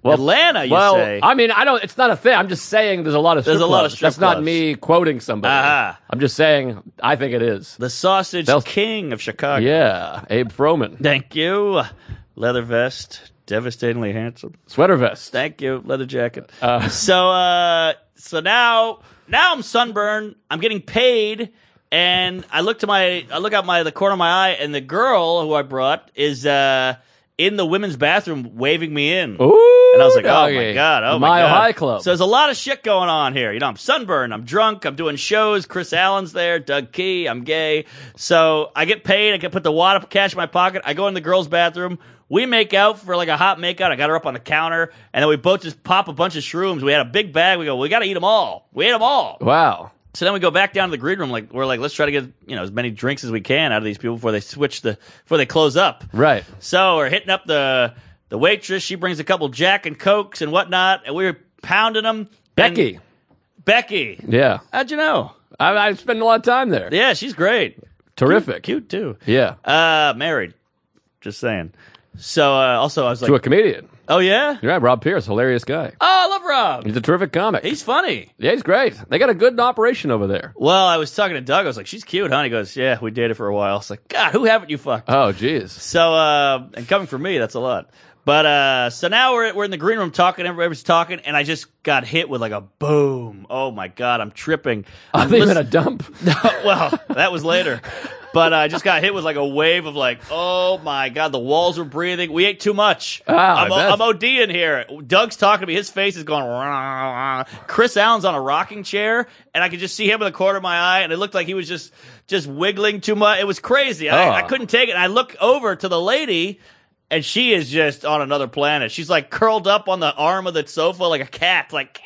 S3: Atlanta. You
S2: well,
S3: say?
S2: I mean, I don't. It's not a thing. I'm just saying. There's a lot of strip
S3: There's a lot of
S2: clubs.
S3: strip
S2: That's not
S3: clubs.
S2: me quoting somebody.
S3: Uh-huh.
S2: I'm just saying. I think it is.
S3: the sausage
S2: They'll-
S3: king of Chicago.
S2: Yeah, Abe Froman,
S3: Thank you. Leather vest, devastatingly handsome.
S2: sweater vest.
S3: Thank you. Leather jacket. so, uh, so now, now I'm sunburned. I'm getting paid. And I look to my, I look out my, the corner of my eye and the girl who I brought is, uh, in the women's bathroom waving me in.
S2: Ooh,
S3: And I was like, oh my
S2: doggy.
S3: God, oh
S2: The
S3: my
S2: Mile
S3: God.
S2: High Club.
S3: So there's a lot of shit going on here. You know, I'm sunburned, I'm drunk, I'm doing shows, Chris Allen's there, Doug Key, I'm gay. So I get paid, I can put the wad of cash in my pocket, I go in the girls' bathroom, we make out for like a hot makeout, I got her up on the counter, and then we both just pop a bunch of shrooms. We had a big bag, we go, we gotta eat them all. We ate them all.
S2: wow.
S3: So then we go back down to the green room. Like we're like, let's try to get you know as many drinks as we can out of these people before they switch the before they close up.
S2: Right.
S3: So we're hitting up the the waitress. She brings a couple Jack and Cokes and whatnot, and we're pounding them.
S2: Becky.
S3: Becky.
S2: Yeah.
S3: How'd you know?
S2: I, I spend a lot of time there.
S3: Yeah, she's great.
S2: Terrific.
S3: Cute too.
S2: Yeah.
S3: Uh, married. Just saying. So uh, also I was
S2: to a
S3: like,
S2: comedian.
S3: oh yeah,
S2: You're right. Rob Pierce, hilarious guy.
S3: oh I love Rob.
S2: He's a terrific comic.
S3: He's funny.
S2: yeah, he's great. They got a good operation over there.
S3: Well, I was talking to Doug. I was like, she's cute, huh? He goes, yeah, we dated for a while. I was like, God, who haven't you fucked?
S2: Oh, jeez.
S3: So, uh, and coming from me, that's a lot. But uh, so now we're we're in the green room talking. Everybody's talking, and I just got hit with like a boom. Oh my god, I'm tripping.
S2: I
S3: I'm
S2: think in a
S3: listen-
S2: dump.
S3: well, that was later. But uh, I just got hit with like a wave of like, oh my god, the walls were breathing. We ate too much.
S2: Ah,
S3: I'm,
S2: I bet.
S3: I'm OD in here. Doug's talking to me. His face is going. "Rah, rah." Chris Allen's on a rocking chair, and I could just see him in the corner of my eye, and it looked like he was just just wiggling too much. It was crazy.
S2: Oh.
S3: I, I couldn't take it. And I look over to the lady. And she is just on another planet. She's like curled up on the arm of the sofa like a cat. Like,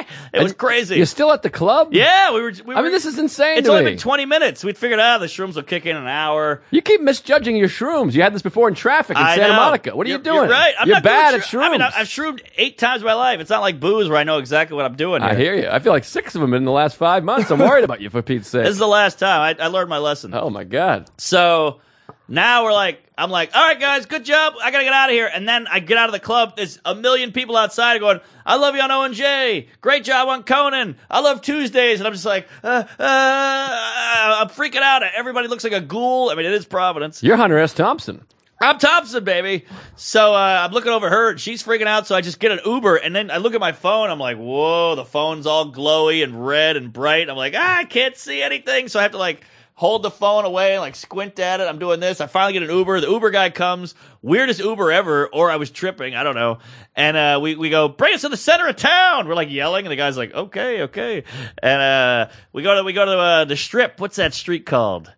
S3: eh. it was crazy.
S2: You're still at the club?
S3: Yeah, we were. We
S2: I mean,
S3: were-
S2: this is insane
S3: It's
S2: to
S3: only
S2: me.
S3: been 20 minutes. We figured out the shrooms will kick in an hour.
S2: You keep misjudging your shrooms. You had this before in traffic in
S3: I
S2: Santa
S3: know.
S2: Monica. What are you
S3: You're-
S2: doing?
S3: You're right. I'm
S2: you're
S3: not doing
S2: bad
S3: shroom-
S2: at shrooms.
S3: I mean, I- I've shroomed eight times in my life. It's not like booze where I know exactly what I'm doing.
S2: I
S3: here.
S2: hear you. I feel like six of them in the last five months. I'm worried about you, for Pete's sake.
S3: This is the last time. I, I learned my lesson.
S2: oh my god.
S3: So now we're like, I'm like, all right, guys, good job. I gotta get out of here. And then I get out of the club. There's a million people outside going, I love you on O and J. Great job on Conan. I love Tuesdays. And I'm just like, uh, uh, I'm freaking out. Everybody looks like a ghoul. I mean, it is Providence.
S2: You're Hunter S. Thompson.
S3: I'm Thompson, baby. So uh, I'm looking over her, and she's freaking out. So I just get an Uber, and then I look at my phone. I'm like, "Whoa!" The phone's all glowy and red and bright. I'm like, ah, "I can't see anything," so I have to like hold the phone away and like squint at it. I'm doing this. I finally get an Uber. The Uber guy comes. Weirdest Uber ever, or I was tripping. I don't know. And uh, we we go bring us to the center of town. We're like yelling, and the guy's like, "Okay, okay." And uh, we go to we go to uh, the strip. What's that street called?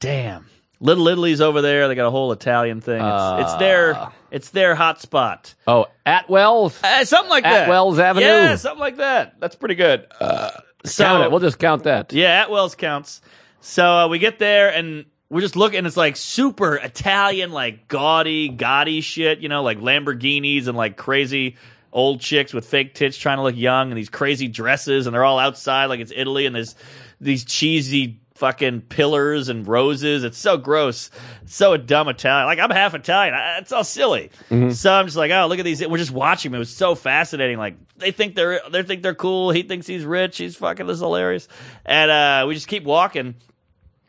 S3: Damn. Uh. Little Italy's over there. They got a whole Italian thing. It's, it's their it's their hot spot.
S2: Oh, Atwell.
S3: Uh, something like that.
S2: Atwell's Avenue.
S3: Yeah, something like that. That's pretty good. Uh, so
S2: Count it. We'll just count that.
S3: yeah, Atwell's counts. So uh, we get there and we're just looking. It's like super Italian, like gaudy, gaudy shit. You know, like Lamborghinis and like crazy old chicks with fake tits trying to look young and these crazy dresses and they're all outside like it's Italy and there's these cheesy fucking pillars and roses. It's so gross. So dumb Italian. Like I'm half Italian. I, it's all silly. So I'm just like, oh, look at these. We're just watching them. It was so fascinating. Like they think they're they think they're cool. He thinks he's rich. He's fucking this is hilarious. And uh, we just keep walking.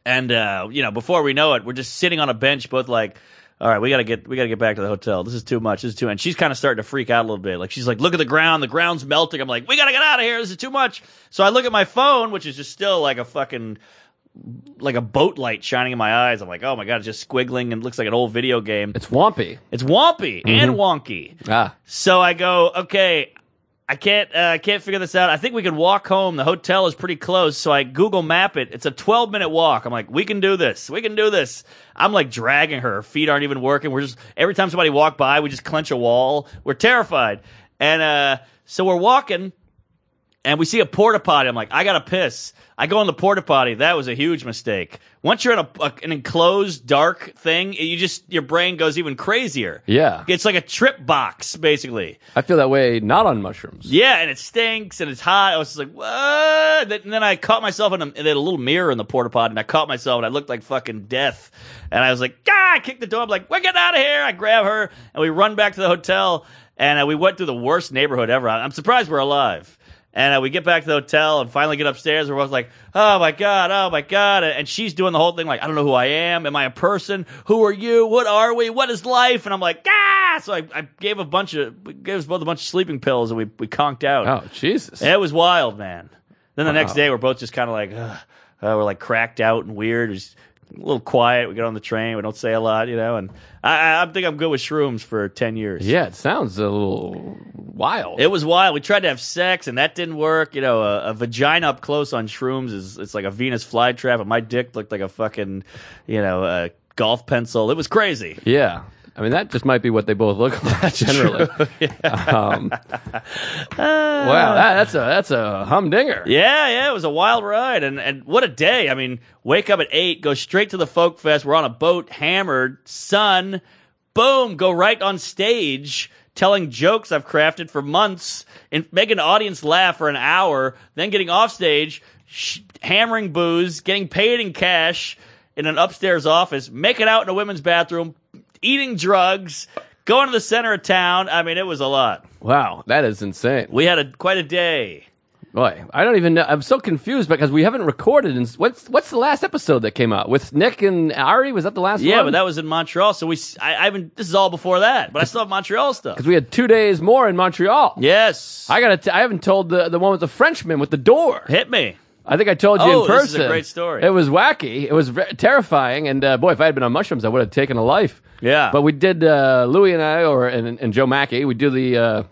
S3: And uh, you know, before we know it, we're just sitting on a bench, both like, "All right, we gotta get, we gotta get back to the hotel. This is too much. This is too." And she's kind of starting to freak out a little bit. Like she's like, "Look at the ground. The ground's melting." I'm like, "We gotta get out of here. This is too much." So I look at my phone, which is just still like a fucking, like a boat light shining in my eyes. I'm like, "Oh my god, it's just squiggling and looks like an old video game.
S2: It's Wompy.
S3: It's wompy and wonky."
S2: Ah.
S3: So I go, okay, I can't, uh, I can't figure this out. I think we can walk home. The hotel is pretty close, so I Google Map it. It's a 12 minute walk. I'm like, we can do this. We can do this. I'm like dragging her. Her feet aren't even working. We're just every time somebody walk by, we just clench a wall. We're terrified, and uh, so we're walking and we see a porta potty. I'm like, I gotta piss. I go in the porta potty. That was a huge mistake. Once you're in a, a- an enclosed dark thing, you just your brain goes even crazier.
S2: Yeah.
S3: it's like a trip box basically.
S2: I feel that way not on mushrooms.
S3: Yeah, and it stinks and it's hot. I was just like, what? Th- And then I caught myself in a, they had a little mirror in the porta potty, and I caught myself, and I looked like fucking death. And I was like, ah! I kicked the door. I'm like, we're getting out of here. I grab her, and we run back to the hotel, and uh, we went through the worst neighborhood ever. I- I'm surprised we're alive. And uh, we get back to the hotel and finally get upstairs. We're both like, oh my God, oh my God. And she's doing the whole thing like, I don't know who I am. Am I a person? Who are you? What are we? What is life? And I'm like, ah. So I, I gave a bunch of, we gave us both a bunch of sleeping pills and we, we conked out.
S2: Oh, Jesus.
S3: It was wild, man. Then the next day, we're both just kind of like, Ugh. Uh, we're like cracked out and weird. We're Just a little quiet. We get on the train. We don't say a lot, you know. And I, I, I think I'm good with shrooms for 10 years.
S2: Yeah, it sounds a little wild.
S3: It was wild. We tried to have sex, and that didn't work. You know, a, a vagina up close on shrooms is it's like a Venus flytrap, and my dick looked like a fucking, you know, a golf pencil. It was crazy.
S2: yeah. I mean, that just might be what they both look like generally. um, wow, that, that's a that's a humdinger.
S3: Ah. Yeah, yeah, it was a wild ride, and and what a day! I mean, wake up at eight, go straight to the folk fest. We're on a boat, hammered, sun, boom, go right on stage, telling jokes I've crafted for months, and making the audience laugh for an hour, then getting off stage, sh- hammering booze, getting paid in cash in an upstairs office, making out in a women's bathroom, eating drugs, going to the center of town. I mean, it was a lot.
S2: Wow, that is insane.
S3: We had a quite a day.
S2: Boy, I don't even know. I'm so confused because we haven't recorded. And what's what's the last episode that came out with Nick and Ari? Was that the last
S3: Yeah,
S2: one?
S3: but that was in Montreal. So we, s- I, I haven't. This is all before that, but I still have Montreal stuff.
S2: because we had two days more in Montreal.
S3: Yes,
S2: I gotta. T- I haven't told the the one with the Frenchman with the door.
S3: hit me.
S2: I think I told you
S3: Oh,
S2: in
S3: this
S2: person.
S3: is a great story.
S2: It was wacky. It was ve- terrifying. And uh, boy, if I had been on mushrooms, I would have taken a life.
S3: Yeah.
S2: But we did. Uh, Louis and I, or and, and Joe Mackey, we do the. Uh,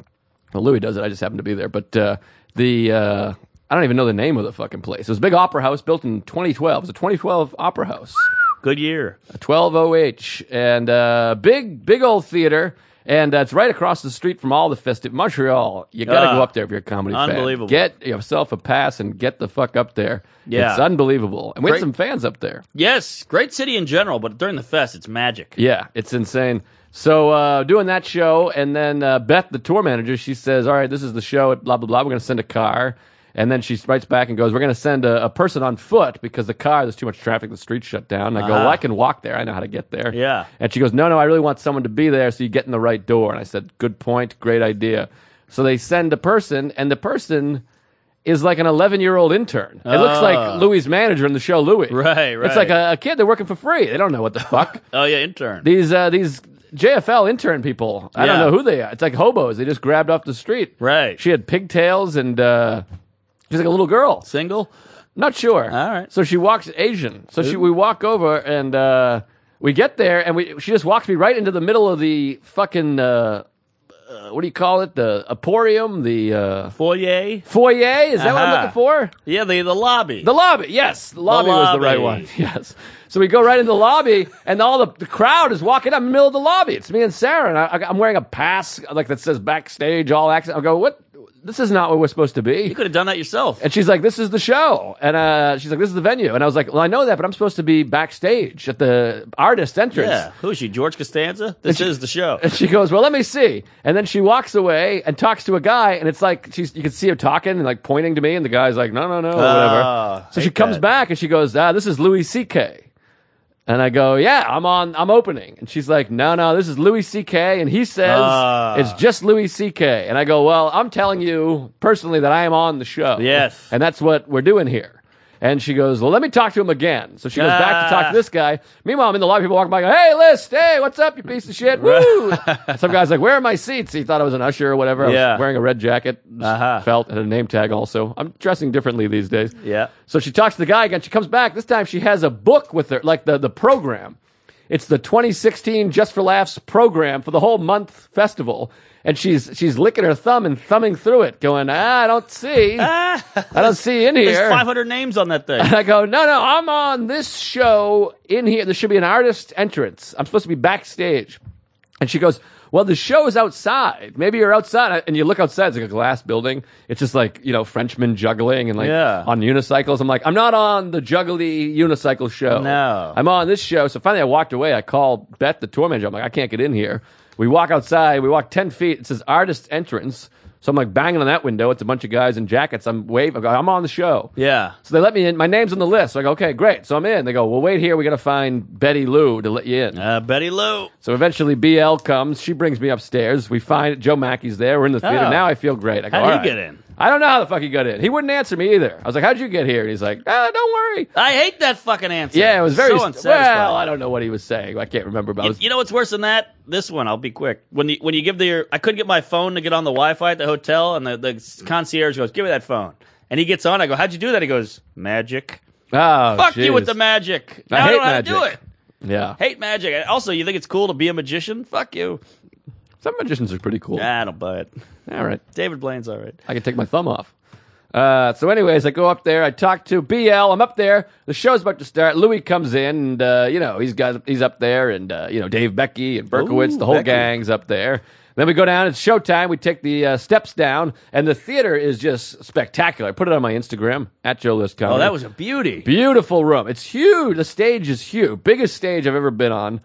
S2: well, Louis does it. I just happened to be there. But uh, the. Uh, I don't even know the name of the fucking place. It was a big opera house built in 2012. It was a 2012 opera house,
S3: Good year.
S2: a 12OH, oh and uh, big, big old theater. And uh, it's right across the street from all the festive Montreal. You got to
S3: Ah.
S2: go up there if you're a comedy fan.
S3: Unbelievable.
S2: Get yourself a pass and get the fuck up there.
S3: Yeah.
S2: It's unbelievable. And we
S3: Great-
S2: had some fans up there.
S3: Yes, great city in general, but during the fest, it's magic.
S2: Yeah, it's insane. So uh, doing that show, and then uh, Beth, the tour manager, she says, "All right, this is the show. Blah blah blah. We're going to send a car." And then she writes back and goes, "We're going to send a, a person on foot because the car. There's too much traffic. The street's shut down." And I go, "Well, I can walk there. I know how to get there."
S3: Ah. Yeah.
S2: And she goes, "No, no, I really want someone to be there, so you get in the right door." And I said, "Good point. Great idea." So they send a person, and the person is like an 11 year old intern. It looks like Louis' manager in the show Louis.
S3: Oh. Right, right.
S2: It's like a, a kid. They're working for free. They don't know what the fuck.
S3: Oh yeah, intern.
S2: these uh, these JFL intern people. I don't
S3: Yeah.
S2: know who they are. It's like hobos. They just grabbed off the street.
S3: Right.
S2: She had pigtails and uh, she's like a little girl.
S3: Single.
S2: Not sure.
S3: All right.
S2: So she walks Asian. So she we walk over and uh, we get there and we she just walks me right into the middle of the fucking uh, uh, what do you call it? The aporium, the uh,
S3: Foyer.
S2: foyer. Is that what I'm
S3: Uh-huh.
S2: looking for?
S3: Yeah, the the lobby.
S2: The lobby, yes. The lobby, was the
S3: lobby.
S2: right one. Yes. So we go right in the lobby, and all the, the crowd is walking up in the middle of the lobby. It's me and Sarah, and I, I'm wearing a pass like that says backstage, all access. I go, what? This is not where we're supposed to be.
S3: you could have done that yourself.
S2: And she's like, "This is the show," and uh, she's like, "This is the venue." And I was like, "Well, I know that, but I'm supposed to be backstage at the artist entrance."
S3: Yeah. Who is she? George Costanza. This is the show.
S2: And she goes, "Well, let me see." And then she walks away and talks to a guy, and it's like she's you can see her talking and like pointing to me, and the guy's like, "No, no, no," whatever. So she
S3: Ah, hate
S2: comes
S3: that.
S2: back and she goes, "Ah, this is Louis C.K." And I go, "Yeah, I'm on. I'm opening." And she's like, "No, no, this is Louis C.K." And he says,
S3: Ah.
S2: "It's just Louis C.K." And I go, "Well, I'm telling you personally that I am on the show.
S3: Yes.
S2: and that's what we're doing here." And she goes, Well, let me talk to him again. So she goes back to talk to
S3: Ah.
S2: this guy. Meanwhile, I'm in the lobby. People walking by, go, Hey, List, hey, what's up, you piece of shit? Woo! Some guy's like, Where are my seats? He thought I was an usher or whatever. I
S3: Yeah.
S2: was wearing a red jacket,
S3: Uh-huh.
S2: felt, and a name tag also. I'm dressing differently these days.
S3: Yeah.
S2: So she talks to the guy again. She comes back. This time she has a book with her, like the, the program. It's the 2016 Just for Laughs program for the whole month festival. And she's she's licking her thumb and thumbing through it, going, ah, I don't see. I don't see in here.
S3: There's 500 names on that thing.
S2: And I go, no, no, I'm on this show in here. There should be an artist entrance. I'm supposed to be backstage. And she goes, well, the show is outside. Maybe you're outside. And you look outside, it's like a glass building. It's just like, you know, Frenchmen juggling and like
S3: Yeah.
S2: on unicycles. I'm like, I'm not on the juggly unicycle show.
S3: No.
S2: I'm on this show. So finally I walked away. I called Beth, the tour manager. I'm like, I can't get in here. We walk outside. We walk 10 feet. It says artist entrance. So I'm like banging on that window. It's a bunch of guys in jackets. I'm waving. I go, I'm on the show.
S3: yeah.
S2: So they let me in. My name's on the list. So I go, okay, great. So I'm in. They go, well, wait here. We got to find Betty Lou to let you in.
S3: Uh, Betty Lou.
S2: So eventually, BL comes. She brings me upstairs. We find Joe Mackey's there. We're in the theater.
S3: Oh.
S2: Now I feel great. I go,
S3: How did
S2: "All
S3: he
S2: right."
S3: get in?
S2: I don't know how the fuck he got in. He wouldn't answer me either. I was like, how'd you get here? And he's like, ah, don't worry.
S3: I hate that fucking answer.
S2: Yeah, it was very.
S3: so unsatisfying.
S2: well, I don't know what he was saying. I can't remember. But I
S3: You,
S2: was,
S3: you know what's worse than that? This one. I'll be quick. When you, when you give the your, I couldn't get my phone to get on the Wi-Fi at the hotel, and the, the concierge goes, "Give me that phone." And he gets on. I go, "How'd you do that?" He goes, "Magic."
S2: oh,
S3: Fuck you
S2: jeez.
S3: with the magic.
S2: I
S3: Now I,
S2: hate
S3: don't know how to do
S2: magic.
S3: it.
S2: Yeah,
S3: Hate magic. And Also, you think it's cool to be a magician? Fuck you.
S2: some magicians are pretty cool.
S3: Nah, I don't buy it.
S2: All right,
S3: David Blaine's all right.
S2: I can take my thumb off. Uh, so, anyways, I go up there. I talk to BL. I'm up there. The show's about to start. Louis comes in, and uh, you know he's got he's up there, and uh, you know Dave Becky and Berkowitz,
S5: Ooh,
S2: the whole
S5: Becky.
S2: gang's up there. Then we go down. It's showtime. We take the uh, steps down, and the theater is just spectacular. I put it on my Instagram at Joe List Comedy.
S3: Oh, that was a beauty.
S2: Beautiful room. It's huge. The stage is huge. Biggest stage I've ever been on.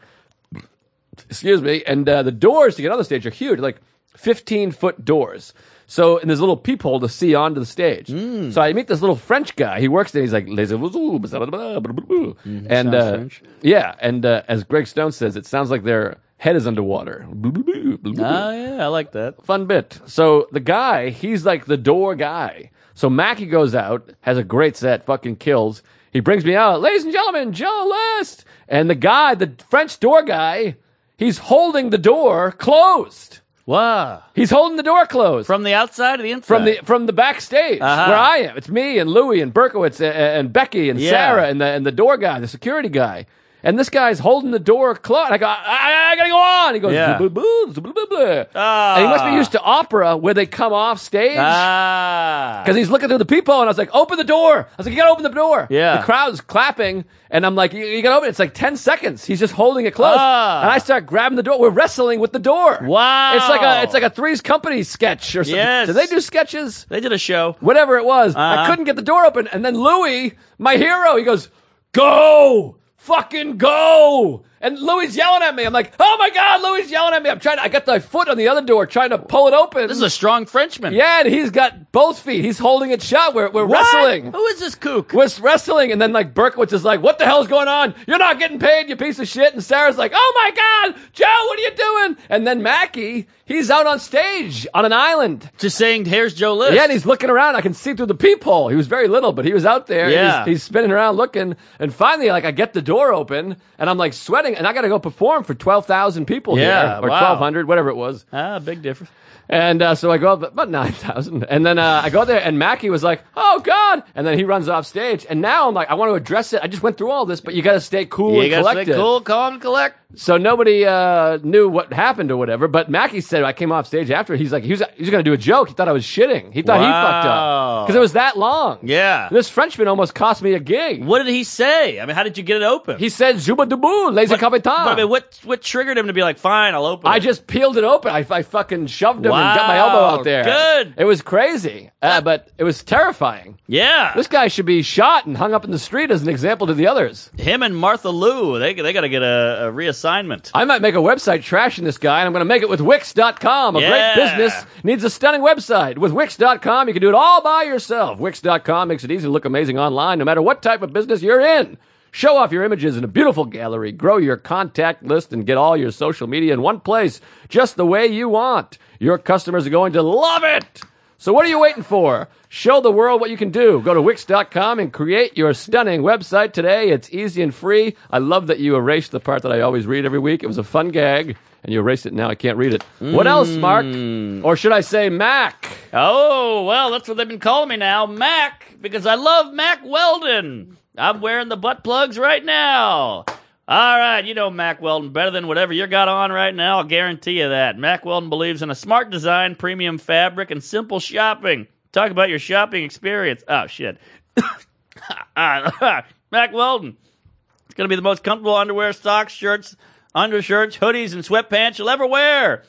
S2: Excuse me. And uh, the doors to get on the stage are huge, like 15 foot doors. So, and there's a little peephole to see onto the stage.
S3: Hmm.
S2: So I meet this little French guy. He works there. He's like, Les Avozous, blah, blah, blah, blah, blah, blah. and
S3: Mm-hmm. sounds
S2: uh,
S3: French.
S2: yeah, and uh, as Greg Stone says, it sounds like their head is underwater. Blah, blah, blah, blah, blah
S3: Oh yeah, I like that.
S2: fun bit. So the guy, he's like the door guy. So Mackie goes out, has a great set, fucking kills. He brings me out, ladies and gentlemen, Joe List. And the guy, the French door guy, he's holding the door closed.
S3: Wow.
S2: He's holding the door closed
S3: From the outside or the inside?
S2: from the from the backstage
S3: Uh-huh.
S2: where I am. It's me and Louie and Berkowitz and, and Becky and
S3: Yeah.
S2: Sarah and the and the door guy, the security guy. And this guy's holding the door closed. I go, I, I- I gotta go on. He goes,
S3: Yeah.
S2: blah, blah, blah, blah, blah, blah.
S3: Ah.
S2: and he must be used to opera where they come off stage.
S3: Ah.
S2: Because he's looking through the peephole, and I was like, "Open the door!" I was like, "You gotta open the door!"
S3: Yeah.
S2: The crowd's clapping, and I'm like, "You, you gotta open it!" It's like ten seconds. He's just holding it closed,
S3: Ah.
S2: and I start grabbing the door. We're wrestling with the door.
S3: Wow.
S2: It's like a it's like a Three's Company sketch or something.
S3: Yes.
S2: Do they do sketches?
S3: They did a show.
S2: Whatever it was, I
S3: Uh-huh.
S2: couldn't get the door open, and then Louis, my hero, he goes, "Go!" Fucking go! And Louis is yelling at me. I'm like, oh my god, Louis is yelling at me. I'm trying to, I got my foot on the other door trying to pull it open.
S3: This is a strong Frenchman.
S2: Yeah, and he's got both feet. He's holding it shut. We're, we're
S3: What?
S2: wrestling.
S3: Who is this kook?
S2: We're wrestling. And then, like, Berkowitz is like, What the hell's going on? You're not getting paid, you piece of shit. And Sarah's like, Oh my God, Joe, what are you doing? And then Mackie, he's out on stage on an island.
S3: Just saying, here's Joe List.
S2: Yeah, and he's looking around. I can see through the peephole. He was very little, but he was out there.
S3: Yeah.
S2: He's, he's spinning around looking. And finally, like, I get the door open and I'm like sweating and I got to go perform for 12,000 people
S3: Yeah,
S2: here or
S3: wow.
S2: 1,200, whatever it was.
S3: ah, big difference.
S2: And uh, so I go up about 9,000. And then uh, I go there, and Mackie was like, oh, God. And then he runs off stage. And now I'm like, I want to address it. I just went through all this, but you got to stay cool
S3: You
S2: and
S3: gotta stay
S2: collected.
S3: cool, calm, and collect.
S2: So nobody uh, knew what happened or whatever. But Mackie said, I came off stage after. He's like, he was, he was going to do a joke. He thought I was shitting. He thought he fucked
S3: Wow.
S2: up. Because it was that long.
S3: Yeah.
S2: This Frenchman almost cost me a gig.
S3: What did he say? I mean, how did you get it open?
S2: He said, Juba Dubu, laser Capitan.
S3: But, I mean, what what triggered him to be like, fine, I'll open.
S2: I
S3: it?
S2: just peeled it open. I, I fucking shoved him and got my
S3: Wow,
S2: elbow out there.
S3: good.
S2: It was crazy, uh, but it was terrifying.
S3: yeah.
S2: This guy should be shot and hung up in the street as an example to the others.
S3: him and Martha Lou, they they got to get a, a reassignment.
S2: I might make a website trashing this guy, and I'm going to make it with Wix.com. A
S3: Yeah.
S2: great business needs a stunning website. With Wix.com, you can do it all by yourself. Wix.com makes it easy to look amazing online, no matter what type of business you're in. Show off your images in a beautiful gallery, grow your contact list, and get all your social media in one place, just the way you want. Your customers are going to love it. So what are you waiting for? Show the world what you can do. Go to Wix.com and create your stunning website today. It's easy and free. I love that you erased the part that I always read every week. It was a fun gag, and you erased it. Now I can't read it. What else, Mark? Or should I say Mac?
S3: Oh well, that's what they've been calling me now, Mac, because I love Mac Weldon. I'm wearing the butt plugs right now. All right, you know Mac Weldon better than whatever you got on right now. I'll guarantee you that. Mac Weldon believes in a smart design, premium fabric, and simple shopping. Talk about your shopping experience. Oh shit, Mac Weldon. It's going to be the most comfortable underwear, socks, shirts, undershirts, hoodies, and sweatpants you'll ever wear.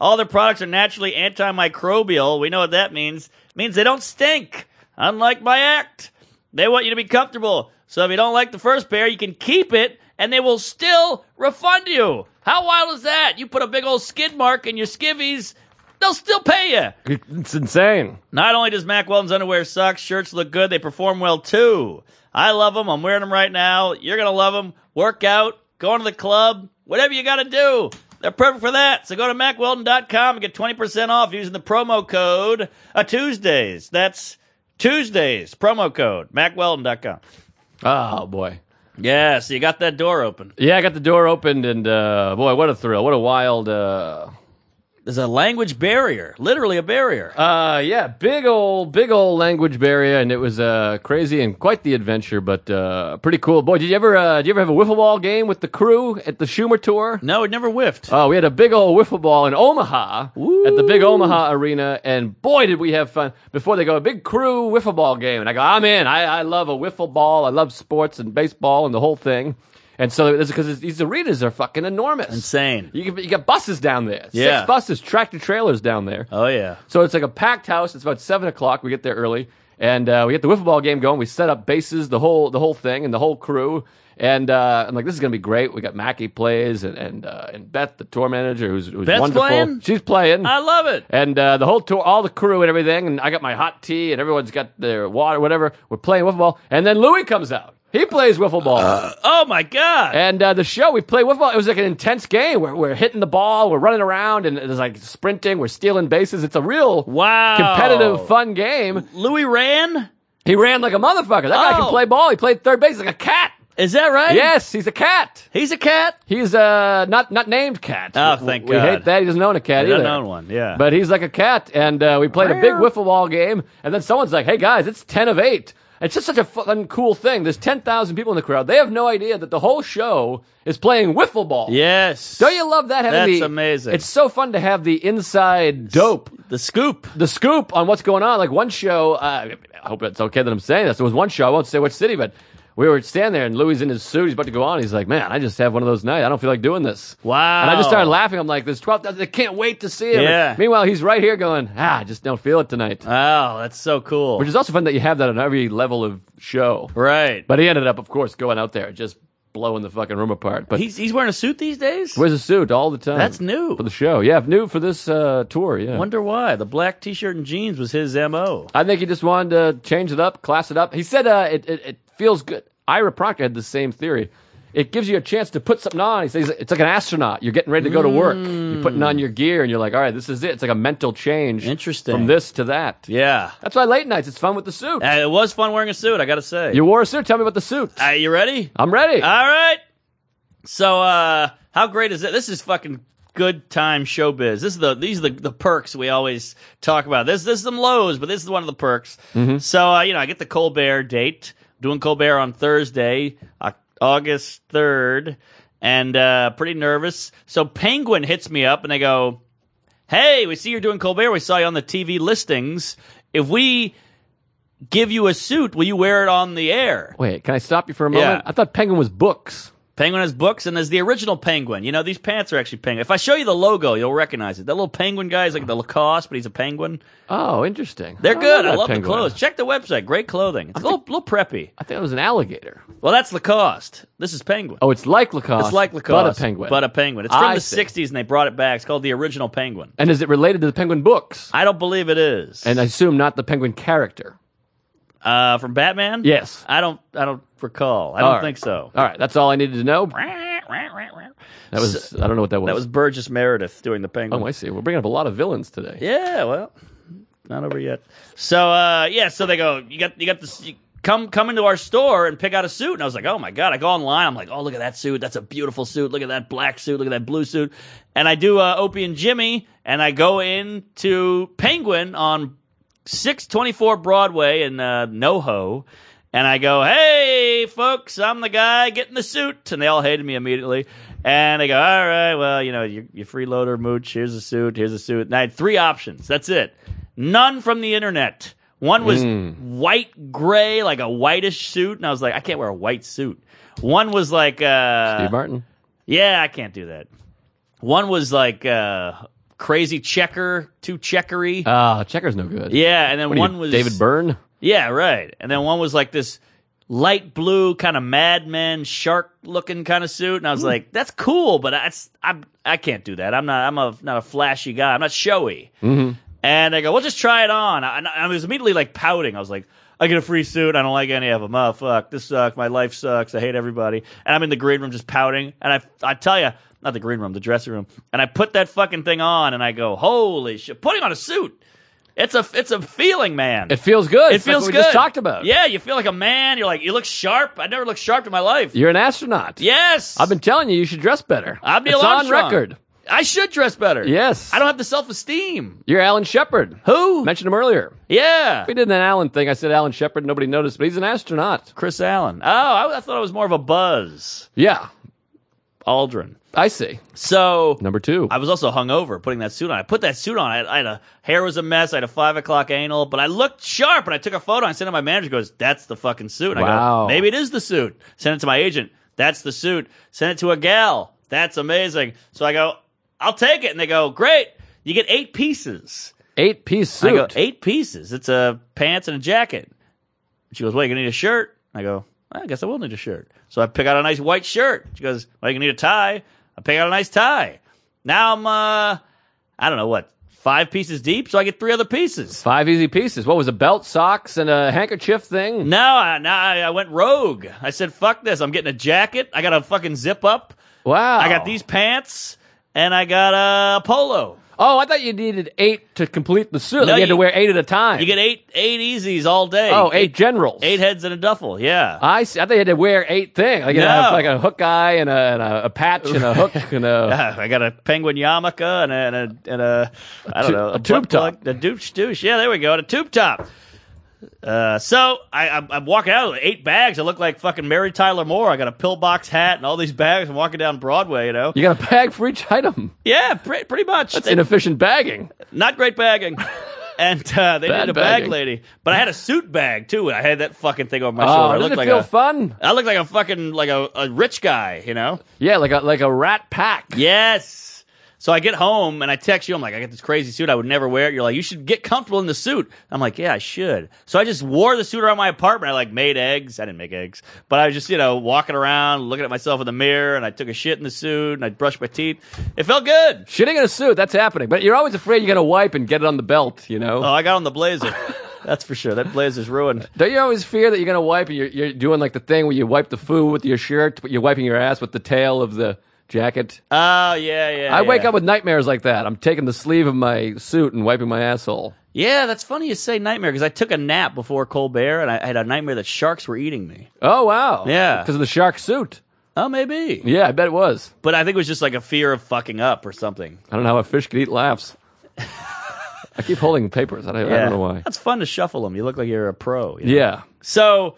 S3: All their products are naturally antimicrobial. We know what that means. It means they don't stink, unlike my act. They want you to be comfortable. So if you don't like the first pair, you can keep it and they will still refund you. How wild is that? You put a big old skid mark in your skivvies, they'll still pay you.
S2: It's insane.
S3: Not only does Mac Weldon's underwear suck, shirts look good, they perform well too. I love them. I'm wearing them right now. You're going to love them. Work out, going to the club, whatever you got to do. They're perfect for that. So go to macweldon.com and get 20% off using the promo code uh, Tuesdays. That's Tuesdays, promo code, macweldon.com.
S2: Oh boy.
S3: Yeah, so you got that door open.
S2: Yeah, I got the door opened, and uh, boy, what a thrill! What a wild. Uh,
S3: There's a language barrier, literally a barrier.
S2: Uh, yeah, big old, big old language barrier, and it was uh, crazy and quite the adventure, but uh, pretty cool. Boy, did you ever, uh, did you ever have a wiffle ball game with the crew at the Schumer tour?
S3: no, it never whiffed. Uh,
S2: Oh, we had a big old wiffle ball in Omaha at the big Omaha arena, and boy, did we have fun! Before they go, a big crew wiffle ball game, and I go, I'm in. I, I love a wiffle ball. I love sports and baseball and the whole thing. And so, because these arenas are fucking enormous,
S3: Insane.
S2: You, can- you got buses down there,
S3: Yeah.
S2: six buses, tractor trailers down there.
S3: Oh yeah.
S2: So it's like a packed house. It's about seven o'clock. We get there early, and uh, we get the wiffle ball game going. We set up bases, the whole the whole thing, and the whole crew. And uh, I'm like, this is gonna be great. We got Mackie plays and and, uh, and Beth, the tour manager, who's, who's
S3: Beth's
S2: wonderful.
S3: playing?
S2: She's playing.
S3: I love it.
S2: and uh, the whole tour, all the crew and everything, and I got my hot tea, and everyone's got their water, whatever. We're playing wiffle ball, and then Louis comes out. He plays wiffle ball.
S3: Oh my god.
S2: And uh, the show we played with, it was like an intense game. We're, we're hitting the ball, we're running around, and it's like sprinting, we're stealing bases. It's a real
S3: Wow.
S2: competitive, fun game.
S3: Louis ran?
S2: He ran like a motherfucker. That guy can
S3: Oh.
S2: play ball. He played third base like a cat.
S3: Is that right?
S2: Yes, he's a cat.
S3: He's a cat.
S2: He's uh not not named cat.
S3: Oh, thank
S2: we, We
S3: God.
S2: hate that. He doesn't own a cat
S3: He doesn't
S2: either.
S3: own one, yeah.
S2: But he's like a cat, and uh, we played a big wiffle ball game, and then someone's like, "Hey guys, it's ten of eight. It's just such a fun, cool thing. There's ten thousand people in the crowd. They have no idea that the whole show is playing wiffle ball.
S3: Yes.
S2: Don't you love that? Having
S3: That's
S2: the-
S3: amazing.
S2: It's so fun to have the inside dope
S3: the scoop.
S2: the scoop on what's going on. Like one show, uh, I hope it's okay that I'm saying this. There was one show, I won't say which city, but we were standing there and Louis in his suit. He's about to go on. He's like, man, I just have one of those nights. I don't feel like doing this.
S3: Wow.
S2: And I just started laughing. I'm like, there's 12,000. They can't wait to see him.
S3: Yeah.
S2: Meanwhile, he's right here going, ah, I just don't feel it tonight.
S3: Oh, that's so cool.
S2: Which is also fun that you have that on every level of show.
S3: right.
S2: But he ended up, of course, going out there and just blowing the fucking room apart. But
S3: he's he's wearing a suit these days?
S2: wears a suit all the time.
S3: That's new.
S2: For the show. Yeah, new for this uh, tour. Yeah.
S3: Wonder why. The black t shirt and jeans was his MO.
S2: I think he just wanted to change it up, class it up. He said uh, it, it, it feels good. Ira Proctor had the same theory. It gives you a chance to put something on. He says it's like an astronaut. You're getting ready to go to work.
S3: Mm.
S2: You're putting on your gear, and you're like, all right, this is it. It's like a mental change.
S3: Interesting.
S2: From this to that.
S3: Yeah.
S2: That's why late nights, it's fun with the suit.
S3: Uh, it was fun wearing a suit, I gotta say.
S2: you wore a suit. Tell me about the suit.
S3: Uh, you ready?
S2: I'm ready.
S3: All right. So, uh, how great is it? This is fucking good time showbiz. This is the these are the, the perks we always talk about. This this is some lows, but this is one of the perks. So, uh, you know, I get the Colbert date. Doing Colbert on Thursday, Oc- August third, and uh, pretty nervous. So Penguin hits me up, and they go, "Hey, we see you're doing Colbert. We saw you on the TV listings. If we give you a suit, will you wear it on the air?"
S2: Wait, can I stop you for a moment?
S3: Yeah.
S2: I thought Penguin was books.
S3: Penguin has books, and there's the original penguin. You know, these pants are actually penguin. If I show you the logo, you'll recognize it. That little penguin guy is like the Lacoste, but he's a penguin.
S2: Oh, interesting.
S3: They're
S2: I
S3: good. I
S2: that
S3: love the
S2: Penguin.
S3: clothes. Check the website. Great clothing. It's a little, little preppy.
S2: I think it was an alligator.
S3: Well, that's Lacoste. This is penguin.
S2: Oh, it's like Lacoste.
S3: it's like
S2: but
S3: Lacoste,
S2: a penguin.
S3: But a penguin. It's from
S2: I
S3: the
S2: see.
S3: '60s, and they brought it back. It's called the original penguin.
S2: and is it related to the Penguin books?
S3: I don't believe it is.
S2: And I assume not the Penguin character.
S3: uh, from Batman?
S2: Yes.
S3: I don't. I don't recall. I don't
S2: right.
S3: think so.
S2: All right, that's all I needed to know. That was I don't know what that was.
S3: That was Burgess Meredith doing the penguin.
S2: Oh, I see. We're bringing up a lot of villains today.
S3: Yeah, well, not over yet. So uh, yeah, so they go. You got you got this. You come come into our store and pick out a suit. And I was like, oh my god. I go online. I'm like, oh look at that suit. That's a beautiful suit. Look at that black suit. Look at that blue suit. And I do uh, Opie and Jimmy, and I go into Penguin on 624 Broadway in uh, NoHo. And I go, hey, folks, I'm the guy getting the suit. And they all hated me immediately. And they go, all right, well, you know, you you freeloader, mooch, here's a suit, here's a suit. And I had three options. That's it. None from the internet. One was
S2: Hmm.
S3: white gray, like a whitish suit. And I was like, I can't wear a white suit. One was like, uh,
S2: Steve Martin.
S3: yeah, I can't do that. One was like uh, crazy checker, too checkery.
S2: Ah, Checker's no good.
S3: yeah, and then
S2: What are
S3: one
S2: you,
S3: was
S2: David Byrne.
S3: yeah, right. And then one was like this light blue kind of madman shark looking kind of suit, and I was like, "That's cool," but I, I I can't do that. I'm not I'm a not a flashy guy. I'm not showy. And I go, "Well, just try it on." I- And I was immediately like pouting. I was like. I get a free suit. I don't like any of them. Oh fuck, this sucks. My life sucks. I hate everybody. And I'm in the green room just pouting. And I, I tell you, not the green room, the dressing room. And I put that fucking thing on, and I go, holy shit! Putting on a suit, it's a, it's a feeling, man.
S2: It feels good.
S3: It
S2: It's like
S3: feels
S2: what
S3: good.
S2: We just talked about.
S3: Yeah, you feel like a man. You're like, you look sharp. I never looked sharp in my life.
S2: You're an astronaut.
S3: Yes.
S2: I've been telling you you should dress better.
S3: I'm Neil
S2: it's on
S3: Armstrong.
S2: record.
S3: I should dress better.
S2: Yes.
S3: I don't have the self esteem.
S2: You're Alan Shepard.
S3: Who?
S2: Mentioned him earlier.
S3: Yeah.
S2: We did an Alan thing. I said Alan Shepard. Nobody noticed, but he's an astronaut.
S3: Chris Allen. Oh, I, I thought it was more of a buzz.
S2: Yeah,
S3: Aldrin.
S2: I see.
S3: So
S2: Number two.
S3: I was also hungover putting that suit on. I put that suit on. I, I had a hair was a mess. I had a five o'clock anal, but I looked sharp. And I took a photo. and I sent it to my manager. He Goes, that's the fucking suit. And I
S2: Wow.
S3: go, maybe it is the suit. Send it to my agent. That's the suit. Send it to a gal. That's amazing. So I go, I'll take it. And they go, great. You get eight pieces.
S2: Eight piece
S3: And
S2: suit.
S3: I go, eight pieces. It's a pants and a jacket. She goes, well, you gonna need a shirt. And I go, I guess I will need a shirt. So I pick out a nice white shirt. She goes, well, you gonna need a tie. I pick out a nice tie. Now I'm, uh, I don't know what, five pieces deep. So I get three other pieces.
S2: Five easy pieces. What was a belt, socks, and a handkerchief thing?
S3: Now I, now I I went rogue. I said, fuck this. I'm getting a jacket. I got a fucking zip up.
S2: Wow.
S3: I got these pants and I got a polo.
S2: Oh, I thought you needed eight to complete the suit.
S3: No,
S2: Like you had to
S3: you-
S2: wear eight at a time.
S3: You get eight, eight easies all day.
S2: oh, eight generals.
S3: eight heads in a duffel. Yeah.
S2: I see. I thought you had to wear eight things. Like, you
S3: No.
S2: have, like a hook eye and a, and a, a patch and a hook and a.
S3: Uh, I got a penguin yarmulke and a, and a, and a I don't
S2: tu-
S3: know
S2: a tube
S3: butt plug-
S2: top.
S3: a douche douche. Yeah, there we go, and a tube top. Uh, so I, I'm, I'm walking out with eight bags. I look like fucking Mary Tyler Moore. I got a pillbox hat and all these bags. I'm walking down Broadway, you know.
S2: You got a bag for each item.
S3: Yeah, pre- pretty much.
S2: That's inefficient bagging.
S3: Not great bagging. And uh, they
S2: Bad
S3: did a bag
S2: bagging.
S3: lady, but I had a suit bag too. I had that fucking thing on my shoulder. I
S2: Oh,
S3: looked
S2: doesn't it
S3: like
S2: feel
S3: a,
S2: fun?
S3: I looked like a fucking like a, a rich guy, you know.
S2: Yeah, like a like a rat pack.
S3: Yes. So I get home and I text you. I'm like, I got this crazy suit. I would never wear it. You're like, you should get comfortable in the suit. I'm like, yeah, I should. So I just wore the suit around my apartment. I like made eggs. I didn't make eggs, but I was just, you know, walking around, looking at myself in the mirror and I took a shit in the suit and I brushed my teeth. It felt good.
S2: Shitting in a suit, that's happening. But you're always afraid you're gonna wipe and get it on the belt. You know.
S3: Oh, I got on the blazer. That's for sure. That blazer's ruined.
S2: Don't you always fear that you're gonna wipe and you're, you're doing like the thing where you wipe the food with your shirt, but you're wiping your ass with the tail of the jacket?
S3: Oh, yeah, yeah.
S2: I wake
S3: yeah.
S2: up with nightmares like that. I'm taking the sleeve of my suit and wiping my asshole.
S3: Yeah, that's funny you say nightmare because I took a nap before Colbert and I had a nightmare that sharks were eating me.
S2: Oh wow!
S3: Yeah.
S2: because of the shark suit.
S3: Oh, maybe.
S2: Yeah, I bet it was.
S3: But I think it was just like a fear of fucking up or something.
S2: I don't know how a fish could eat laughs. I keep holding papers. I don't, I don't know why.
S3: That's fun to shuffle them. You look like you're a pro. you know?
S2: Yeah.
S3: So,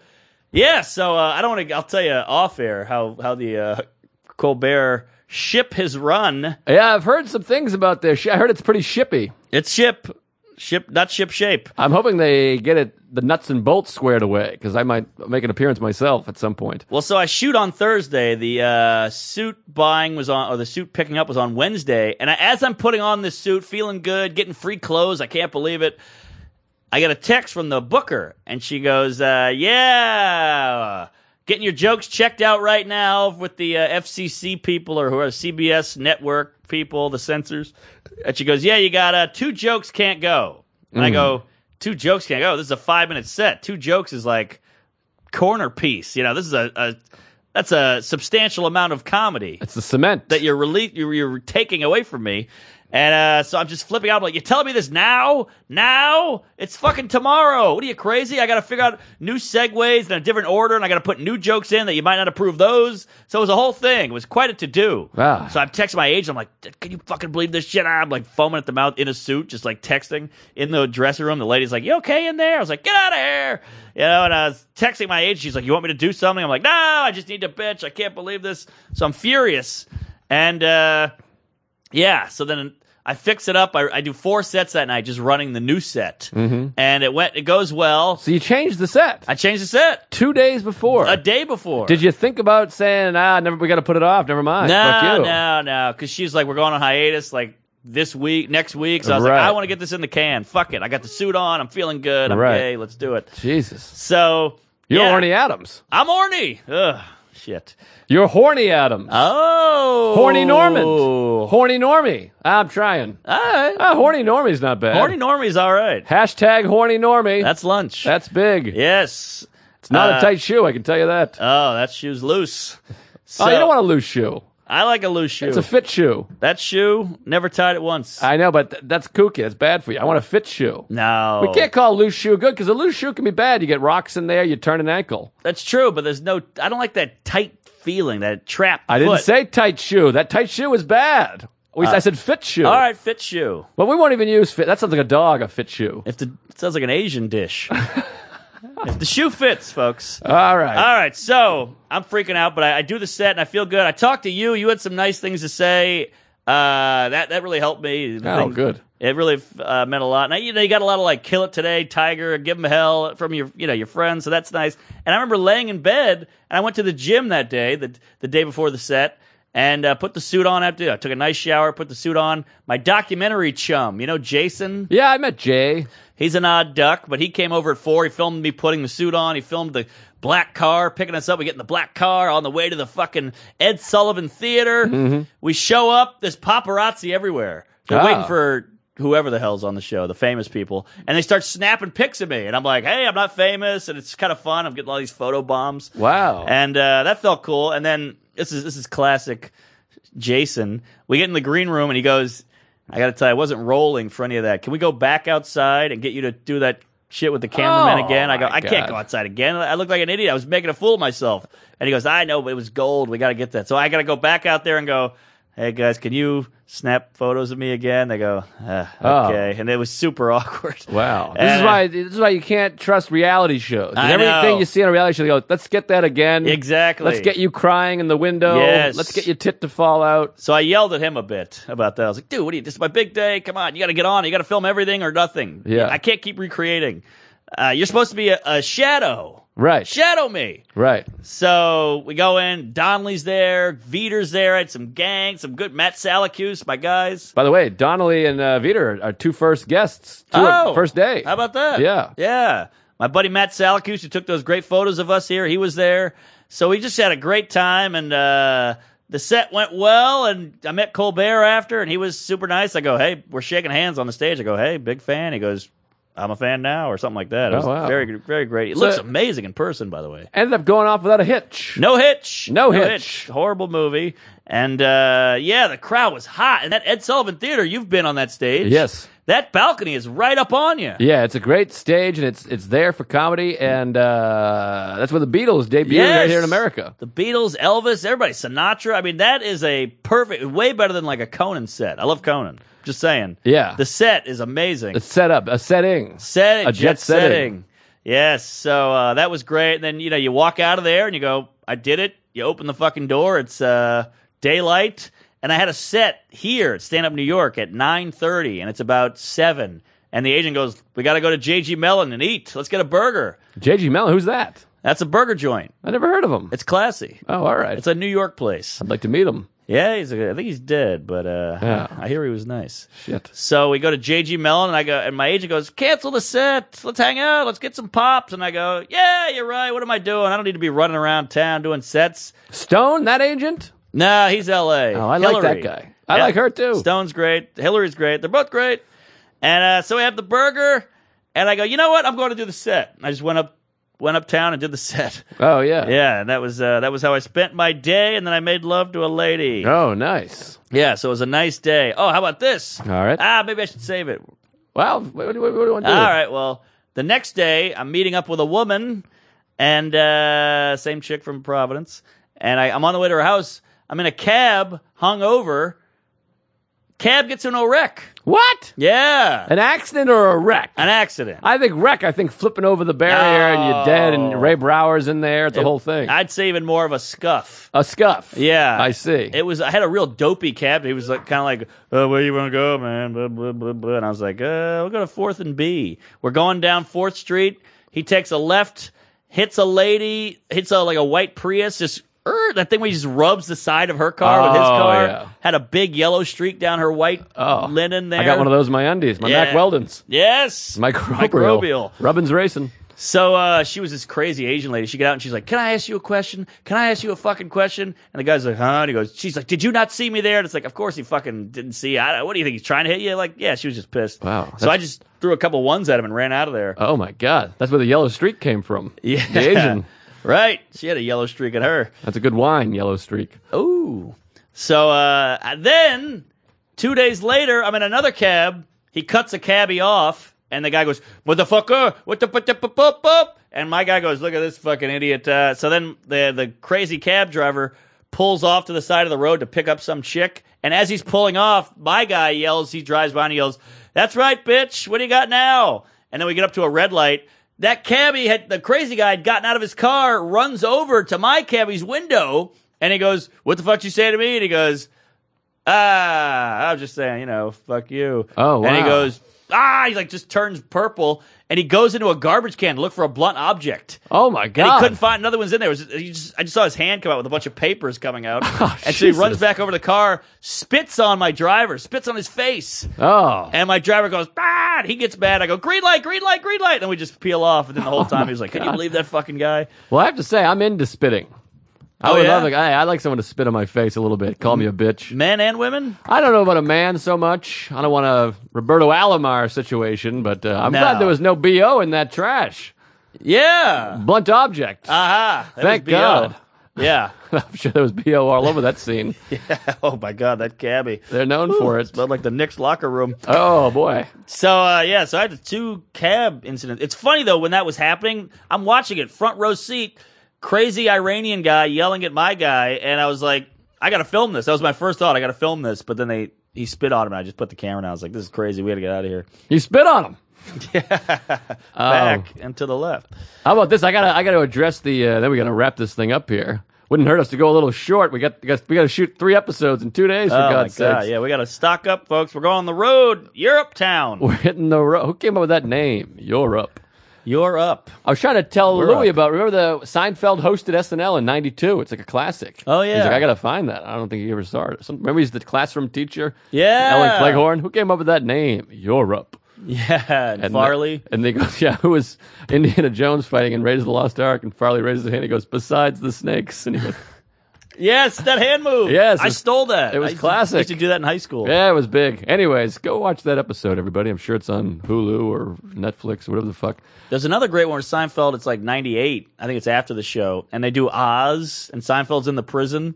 S3: yeah. So uh, I don't want to. I'll tell you off air how how the uh, Colbert ship his run.
S2: Yeah, I've heard some things about this. I heard it's pretty shippy.
S3: It's ship ship not ship shape.
S2: I'm hoping they get it the nuts and bolts squared away because I might make an appearance myself at some point.
S3: Well, so I shoot on Thursday. The uh, suit buying was on, or the suit picking up was on Wednesday. And I, as I'm putting on this suit, feeling good, getting free clothes, I can't believe it. I get a text from the booker, and she goes, uh, "Yeah, getting your jokes checked out right now with the uh, FCC people or who are CBS network people, the censors." And she goes, "Yeah, you got uh, two jokes can't go." And I go, two jokes can't go. This is a five minute set. Two jokes is like corner piece. You know, this is a, a that's a substantial amount of comedy
S2: It's the cement.
S3: that you're rele- you're, you're taking away from me. And uh, so I'm just flipping out. I'm like, you telling me this now? Now? It's fucking tomorrow. What are you crazy? I got to figure out new segues in a different order, and I got to put new jokes in that you might not approve those. So it was a whole thing. It was quite a to do.
S2: Wow.
S3: So I'm texting my agent. I'm like, can you fucking believe this shit? I'm like foaming at the mouth in a suit, just like texting in the dressing room. The lady's like, you okay in there? I was like, get out of here. You know, and I was texting my agent. She's like, you want me to do something? I'm like, no, I just need to bitch. I can't believe this. So I'm furious. And, uh, yeah. So then I fix it up. I, I do four sets that night, just running the new set,
S2: Mm-hmm.
S3: and it went. It goes well.
S2: so you changed the set
S3: I changed the set
S2: two days before.
S3: a day before.
S2: Did you think about saying, ah, never, we got to put it off. Never mind. Fuck
S3: No,
S2: you.
S3: no, no. Because she's like, we're going on hiatus like this week, next week. So I was
S2: Right.
S3: like, I want to get this in the can. Fuck it. I got the suit on. I'm feeling good. I'm
S2: Right.
S3: gay. Let's do it.
S2: Jesus.
S3: So
S2: You're
S3: yeah.
S2: horny Adams.
S3: I'm horny. Ugh. Shit.
S2: You're horny Adams.
S3: Uh, Oh,
S2: horny Normans. Horny Normie. Ah, I'm trying.
S3: All right.
S2: Ah, horny Normie's not bad.
S3: uh, Horny Normie's all right.
S2: Hashtag horny Normie.
S3: That's lunch.
S2: That's big.
S3: yes.
S2: It's not
S3: uh,
S2: a tight shoe, I can tell you that.
S3: Oh, that shoe's loose. So,
S2: oh, you don't want a loose shoe.
S3: I like a loose shoe.
S2: It's a fit shoe.
S3: that shoe never tied it once.
S2: I know, but th- that's kooky. That's bad for you. I want a fit shoe.
S3: no,
S2: We can't call a loose shoe good because a loose shoe can be bad. You get rocks in there, you turn an ankle.
S3: That's true, but there's no. I don't like that tight feeling, that trap.
S2: I didn't
S3: foot.
S2: say tight shoe. That tight shoe is bad. We, I said fit shoe.
S3: All right, fit shoe.
S2: But we won't even use fit. That sounds like a dog, a fit shoe.
S3: If the it sounds like an Asian dish. if the shoe fits, folks.
S2: All right.
S3: All right, so I'm freaking out, but I, I do the set and I feel good. I talked to you. You had some nice things to say. Uh, that that really helped me. The
S2: Oh, good.
S3: It really uh, meant a lot. And I, you know, you got a lot of like "kill it today," "Tiger," "give him hell" from your you know your friends, so that's nice. And I remember laying in bed and I went to the gym that day, the the day before the set. And uh, put the suit on after. I took a nice shower, put the suit on. My documentary chum, you know Jason,
S2: Yeah, I met Jay.
S3: He's an odd duck, but he came over at four. He filmed me putting the suit on. He filmed the black car picking us up. We get in the black car on the way to the fucking Ed Sullivan Theater. We show up. There's paparazzi everywhere. They're
S2: Mm-hmm. Ah.
S3: waiting for whoever the hell's on the show, the famous people, and they start snapping pics of me. And I'm like, hey, I'm not famous, and it's kind of fun. I'm getting all these photo bombs.
S2: Wow.
S3: And uh, that felt cool. And then this is this is classic Jason. We get in the green room and he goes, I gotta tell you, I wasn't rolling for any of that. Can we go back outside and get you to do that shit with the cameraman
S2: Oh,
S3: again? I go,
S2: my
S3: I can't
S2: God.
S3: go outside again. I look like an idiot. I was making a fool of myself. And he goes, I know, but it was gold. We gotta get that. So I gotta go back out there and go, Hey guys, can you snap photos of me again? They go, uh,
S2: Oh.
S3: okay. And it was super awkward.
S2: Wow. This is
S3: And, uh,
S2: why this is why you can't trust reality shows. 'Cause
S3: I
S2: everything
S3: know.
S2: you see on a reality show, they go, let's get that again.
S3: Exactly.
S2: Let's get you crying in the window.
S3: Yes.
S2: Let's get your tit to fall out.
S3: So I yelled at him a bit about that. I was like, dude, what are you? This is my big day. Come on. You got to get on. You got to film everything or nothing.
S2: Yeah.
S3: I can't keep recreating. Uh, you're supposed to be a, a shadow.
S2: Right.
S3: Shadow me.
S2: Right.
S3: So we go in. Donnelly's there. Veter's there. I had some gang, some good Matt Salacuse, my guys.
S2: By the way, Donnelly and uh, Veter are our two first guests. Two of-
S3: Oh,
S2: first day.
S3: How about that?
S2: Yeah.
S3: Yeah. My buddy Matt Salacuse, who took those great photos of us here, he was there. So we just had a great time and uh the set went well and I met Colbert after and he was super nice. I go, Hey, we're shaking hands on the stage. I go, Hey, big fan. He goes, I'm a fan now or something like that. It
S2: Oh,
S3: was
S2: wow.
S3: very very great. It
S2: So-
S3: looks amazing in person, by the way.
S2: Ended up going off without a hitch.
S3: No hitch.
S2: No Hitch.
S3: Horrible movie. And uh, yeah, the crowd was hot. And that Ed Sullivan Theater, you've been on that stage.
S2: Yes.
S3: That balcony is right up on you.
S2: Yeah, it's a great stage, and it's it's there for comedy, and uh, that's where the Beatles debuted right
S3: Yes.
S2: here in America.
S3: The Beatles, Elvis, everybody, Sinatra. I mean, that is a perfect, way better than like a Conan set. I love Conan. Just saying.
S2: Yeah.
S3: The set is amazing.
S2: It's set up, a setting.
S3: setting,
S2: a jet setting.
S3: Yes. So uh, that was great. And then, you know, you walk out of there and you go, I did it. You open the fucking door. It's uh, daylight. And I had a set here at Stand Up New York at 9.30 and it's about 7. And the agent goes, we got to go to J.G. Mellon and eat. Let's get a burger.
S2: J.G. Mellon, who's that?
S3: That's a burger joint.
S2: I never heard of him.
S3: It's classy.
S2: oh, all right.
S3: It's a New York place.
S2: I'd like to meet him.
S3: Yeah, he's. A, I think he's dead, but uh,
S2: Yeah.
S3: I hear he was nice.
S2: Shit.
S3: So we go to JG Mellon, and I go, and my agent goes, "Cancel the set. Let's hang out. Let's get some pops." And I go, "Yeah, you're right. What am I doing? I don't need to be running around town doing sets."
S2: Stone, that agent?
S3: Nah, he's L.A.
S2: Oh, I like that
S3: Hillary.
S2: guy. I like her, too.
S3: Stone's great. Hillary's great. They're both great. And uh, so we have the burger, and I go, "You know what? I'm going to do the set." I just went up, went uptown and did the set.
S2: Oh, yeah.
S3: Yeah, and that was uh, that was how I spent my day, and then I made love to a lady.
S2: Oh, nice.
S3: Yeah, so it was a nice day. Oh, how about this? All
S2: right.
S3: Ah, maybe I should save it.
S2: Wow. What, what, what do you want to do?
S3: All right, well, the next day I'm meeting up with a woman and uh same chick from Providence. And I, I'm on the way to her house. I'm in a cab, hung over. Cab gets in a wreck.
S2: What?
S3: Yeah.
S2: An accident or a wreck?
S3: An accident.
S2: I think wreck. I think flipping over the barrier and you're dead, and Ray Brower's in there. It's a whole thing.
S3: I'd say even more of a scuff.
S2: a scuff.
S3: Yeah,
S2: I see.
S3: It was. I had a real dopey cab. He was like, kind of like, uh, "Where you want to go, man?" Blah blah blah blah. And I was like, uh, "We'll go to Fourth and B. We're going down Fourth Street." He takes a left, hits a lady, hits a like a white Prius. Just er, that thing where he just rubs the side of her car with his
S2: Oh,
S3: car.
S2: yeah. Oh.
S3: Had a big yellow streak down her white linen there.
S2: I got one of those in my undies, my
S3: Yeah.
S2: Mac Weldon's.
S3: Yes,
S2: Microbial.
S3: Microbial.
S2: Rubbin's racing.
S3: So uh, she was this crazy Asian lady. She got out and she's like, "Can I ask you a question? Can I ask you a fucking question?" And the guy's like, "Huh?" And he goes, "She's like, did you not see me there?" And it's like, "Of course he fucking didn't see. you. I, what do you think he's trying to hit you?" Like, yeah, she was just pissed.
S2: Wow,
S3: So
S2: that's-
S3: I just threw a couple ones at him and ran out of there.
S2: Oh my God, that's where the yellow streak came from.
S3: yeah,
S2: the Asian.
S3: right? She had a yellow streak in her.
S2: That's a good wine, yellow streak.
S3: Ooh. So uh, then, two days later, I'm in another cab. He cuts a cabbie off, and the guy goes, "Motherfucker, what the what the pop up?" And my guy goes, "Look at this fucking idiot." Uh, so then the the crazy cab driver pulls off to the side of the road to pick up some chick. And as he's pulling off, my guy yells, he drives by and he yells, That's right, bitch. What do you got now? And then we get up to a red light. That cabbie had, the crazy guy had gotten out of his car, runs over to my cabbie's window, and he goes, What the fuck did you say to me? And he goes, Ah, I was just saying, you know, fuck you.
S2: Oh,
S3: And he
S2: wow.
S3: goes, Ah, he like just turns purple and he goes into a garbage can to look for a blunt object.
S2: Oh my
S3: And he
S2: god!
S3: couldn't find another one's in there. It was just- he just- I just saw his hand come out with a bunch of papers coming out. and so he runs
S2: Oh, Jesus.
S3: back over to the car, spits on my driver, spits on his face.
S2: oh,
S3: And my driver goes, bad. He gets mad. I go, green light, green light, green light. And we just peel off. And then the
S2: Oh
S3: whole time he was like, can you believe that fucking guy?
S2: well, I have to say I'm into spitting. I
S3: Oh,
S2: would
S3: yeah?
S2: love a guy. I like someone to spit on my face a little bit. Call me a bitch.
S3: Men and women?
S2: I don't know about a man so much. I don't want a Roberto Alomar situation, but uh, I'm
S3: No.
S2: glad there was no bo in that trash.
S3: Yeah.
S2: Blunt object.
S3: Uh. Aha. That
S2: Thank
S3: was BO.
S2: God.
S3: Yeah.
S2: I'm sure there was bo all over that scene.
S3: Oh, my God. That cabbie.
S2: They're known for it.
S3: Smelled like the Knicks locker room.
S2: Oh boy.
S3: So uh, yeah, so I had the two cab incidents. It's funny though when that was happening, I'm watching it front row seat, crazy Iranian guy yelling at my guy, and I was like, I gotta film this. That was my first thought. I gotta film this, but then they he spit on him, and I just put the camera down. I was like, this is crazy. We gotta get out of here.
S2: You spit on him. Oh.
S3: Back and to the left.
S2: How about this? I gotta I gotta address the. Uh, then we gotta wrap this thing up here. Wouldn't hurt us to go a little short. We got, we got we gotta shoot three episodes in two days. For
S3: oh
S2: God's
S3: my
S2: sake,
S3: god, yeah, we gotta stock up, folks. We're going on the road, Europe town.
S2: we're hitting the road. Who came up with that name? Europe.
S3: You're up.
S2: I was trying to tell
S3: We're
S2: Louis
S3: up.
S2: about. Remember the Seinfeld hosted SNL in '92. It's like a classic.
S3: Oh,
S2: He's
S3: yeah.
S2: like, I gotta find that. I don't think he ever saw it. Some, remember he's the classroom teacher.
S3: Yeah.
S2: Ellen Cleghorn. Who came up with that name? Europe.
S3: Yeah, and
S2: And
S3: Farley.
S2: the- and they go, yeah, who is Indiana Jones fighting in Raiders of the Lost Ark? And Farley raises his hand. He goes, besides the snakes. And he goes,
S3: yes, that hand move.
S2: Yes,
S3: I
S2: it's-
S3: stole that.
S2: it was
S3: I used to-
S2: classic.
S3: used to do that in high school.
S2: yeah, it was big. Anyways, go watch that episode, everybody. I'm sure it's on Hulu or Netflix or whatever the fuck.
S3: There's another great one with Seinfeld. It's like 98. I think it's after the show. And they do Oz, and Seinfeld's in the prison.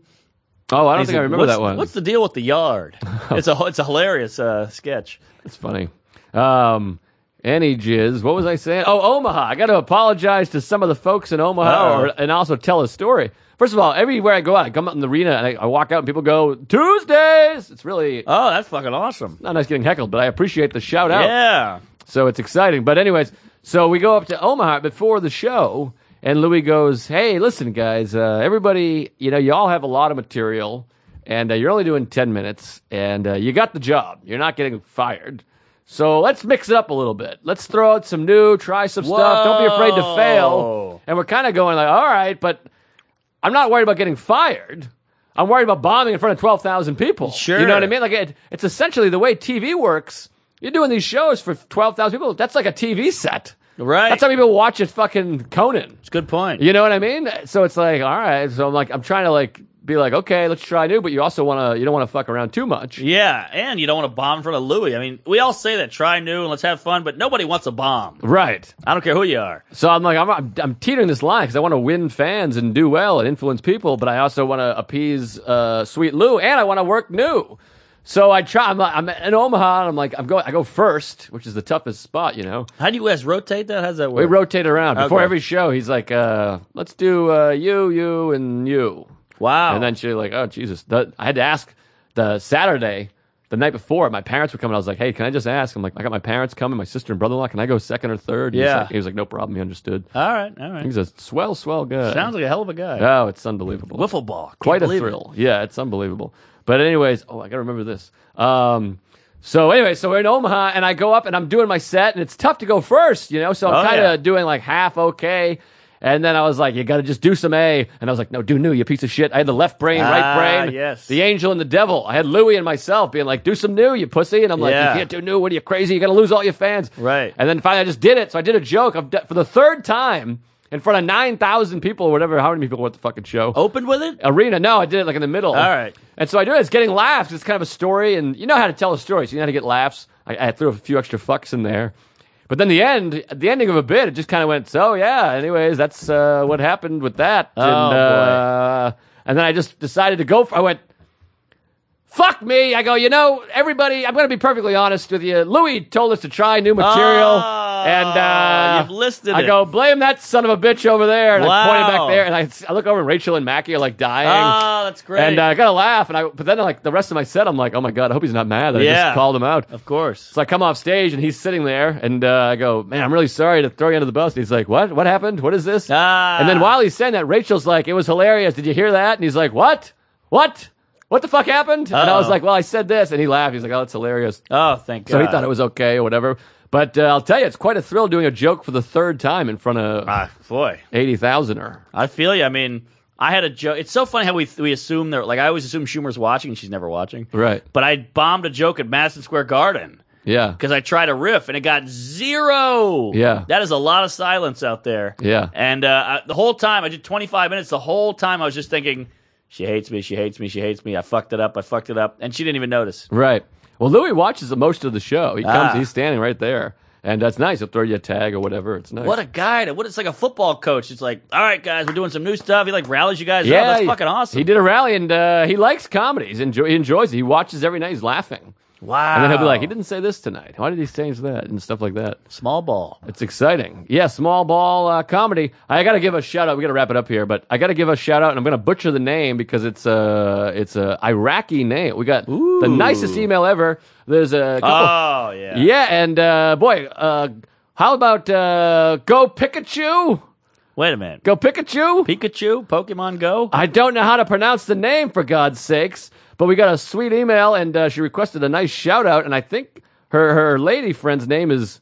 S2: Oh, I
S3: And
S2: don't
S3: he's
S2: think I
S3: like,
S2: remember
S3: "What's-
S2: that one. Oh.
S3: What's the deal with the yard? it's, a, it's a hilarious uh, sketch.
S2: It's funny. Um, any jizz? What was I saying? Oh, Omaha. I got to apologize to some of the folks in Omaha,
S3: Uh-oh.
S2: or, and also tell a story. First of all, everywhere I go out, I come out in the arena and I, I walk out, and people go Tuesdays. It's really uh,
S3: Oh, that's fucking awesome.
S2: not nice getting heckled, but I appreciate the shout out.
S3: Yeah.
S2: So it's exciting. But anyways, so we go up to Omaha before the show, and Louis goes, "Hey, listen, guys, uh, everybody, you know, you all have a lot of material, and uh, you're only doing ten minutes, and uh, you got the job. You're not getting fired." So let's mix it up a little bit. Let's throw out some new, try some stuff. Don't be afraid to fail.
S3: Whoa.
S2: And we're kind of going like, all right, but I'm not worried about getting fired. I'm worried about bombing in front of 12,000 people. You know
S3: Sure.
S2: what I mean? Like, it, it's essentially the way TV works. You're doing these shows for 12,000 people. That's like a TV set.
S3: Right.
S2: That's how people watch it fucking Conan.
S3: It's a good point.
S2: You know what I mean? So it's like, all right. So I'm like, I'm trying to like be like, okay, let's try new, but you also want to, you don't want to fuck around too much.
S3: Yeah, and you don't want to bomb in front of Louis. I mean, we all say that try new and let's have fun, but nobody wants a bomb.
S2: Right.
S3: I don't care who you are.
S2: So I'm like, I'm, I'm, I'm teetering this line because I want to win fans and do well and influence people, but I also want to appease uh, Sweet Lou and I want to work new. So I try. I'm, I'm in Omaha. And I'm like, I'm going. I go first, which is the toughest spot, you know.
S3: How do you guys rotate that? How does that
S2: We
S3: work?
S2: rotate around before
S3: Okay.
S2: every show. He's like, uh, "Let's do uh, you, you, and you."
S3: wow.
S2: And then she's like, "Oh Jesus!" The, I had to ask the Saturday, the night before, my parents were coming. I was like, "Hey, can I just ask?" I'm like, "I got my parents coming, my sister and brother-in-law. Can I go second or third? And he was
S3: Yeah.
S2: like- he was like, "No problem. He understood."
S3: all right, all right.
S2: He's a swell, swell guy.
S3: Sounds like a hell of a guy.
S2: oh, it's unbelievable.
S3: Wiffle ball. Can't
S2: Quite a
S3: believe it.
S2: thrill. Yeah, it's unbelievable. But anyways, oh, I gotta remember this. Um, so anyway, so we're in Omaha, and I go up and I'm doing my set, and it's tough to go first, you know. So I'm
S3: Oh,
S2: kind of
S3: yeah.
S2: doing like half okay. And then I was like, you got to just do some A. And I was like, no, do new, you piece of shit. I had the left brain,
S3: Ah,
S2: right brain,
S3: yes.
S2: the angel and the devil. I had Louie and myself being like, do some new, you pussy. And I'm like,
S3: Yeah.
S2: you can't do new. What are you crazy? You're going to lose all your fans.
S3: Right.
S2: And then finally, I just did it. So I did a joke I've d- for the third time in front of 9,000 people or whatever, how many people were at the fucking show?
S3: Open with it?
S2: arena. No, I did it like in the middle.
S3: All right.
S2: And so I do it. It's getting laughs. It's kind of a story, and you know how to tell a story, so you know how to get laughs. I, I threw a few extra fucks in there. But then the end, the ending of a bit, it just kind of went, so yeah, anyways, that's uh, what happened with that. and,
S3: Oh, boy.
S2: uh, and then I just decided to go for I went, fuck me. I go, you know, everybody, I'm going to be perfectly honest with you. Louis told us to try new material, and uh,
S3: Oh, you've listed
S2: I
S3: it.
S2: go, blame that son of a bitch over there. And I point it
S3: Wow.
S2: back there, and I, I look over, and Rachel and Mackie are like dying.
S3: Ah, that's great.
S2: And uh, I got to laugh, and I but then like the rest of my set, I'm like, oh my god, I hope he's not mad that I
S3: Yeah.
S2: just called him out.
S3: of course.
S2: So I come off stage, and he's sitting there, and uh, I go, man, I'm really sorry to throw you under the bus. And he's like, what? What happened? What is this?
S3: Ah.
S2: And then while he's saying that, Rachel's like, it was hilarious. Did you hear that? And he's like, what? What? What the fuck happened? And I was
S3: Uh-oh.
S2: like, well, I said this, and he laughed. He's like, oh, that's hilarious.
S3: Oh, thank God.
S2: So he thought it was okay or whatever. But uh, I'll tell you, it's quite a thrill doing a joke for the third time in front of
S3: Ah, boy.
S2: 80,000 or.
S3: I feel you. I mean, I had a joke. It's so funny how we we assume that. Like I always assume Schumer's watching, and she's never watching.
S2: Right.
S3: But I bombed a joke at Madison Square Garden
S2: Yeah.
S3: because I tried a riff and it got zero.
S2: Yeah.
S3: That is a lot of silence out there.
S2: Yeah.
S3: And uh, I, the whole time I did 25 minutes. The whole time I was just thinking, she hates me. She hates me. She hates me. I fucked it up. I fucked it up, and she didn't even notice.
S2: Right. Well, Louis watches the most of the show. He comes,
S3: Ah.
S2: he's standing right there. And that's nice. He'll throw you a tag or whatever. It's nice.
S3: What a guy! To, what it's like a football coach. It's like, all right, guys, we're doing some new stuff. He like rallies you guys
S2: yeah,
S3: up. That's
S2: he-
S3: fucking awesome.
S2: He did a rally and uh, he likes comedy. He's enjoy, he enjoys it. He watches every night. He's laughing.
S3: wow.
S2: And then he'll be
S3: Oh.
S2: like, he didn't say this tonight. Why did he change that? And stuff like that.
S3: small ball.
S2: It's exciting. Yeah, small ball uh, comedy. I got to give a shout out. We got to wrap it up here, but I got to give a shout out, and I'm going to butcher the name because it's a it's a Iraqi name. We got the nicest email ever. There's a couple.
S3: Oh yeah.
S2: yeah, and uh, boy, uh, how about uh, go Pikachu?
S3: Wait a minute.
S2: Go Pikachu.
S3: Pikachu, Pokemon Go.
S2: I don't know how to pronounce the name for God's sakes, but we got a sweet email, and uh, she requested a nice shout out, and I think her her lady friend's name is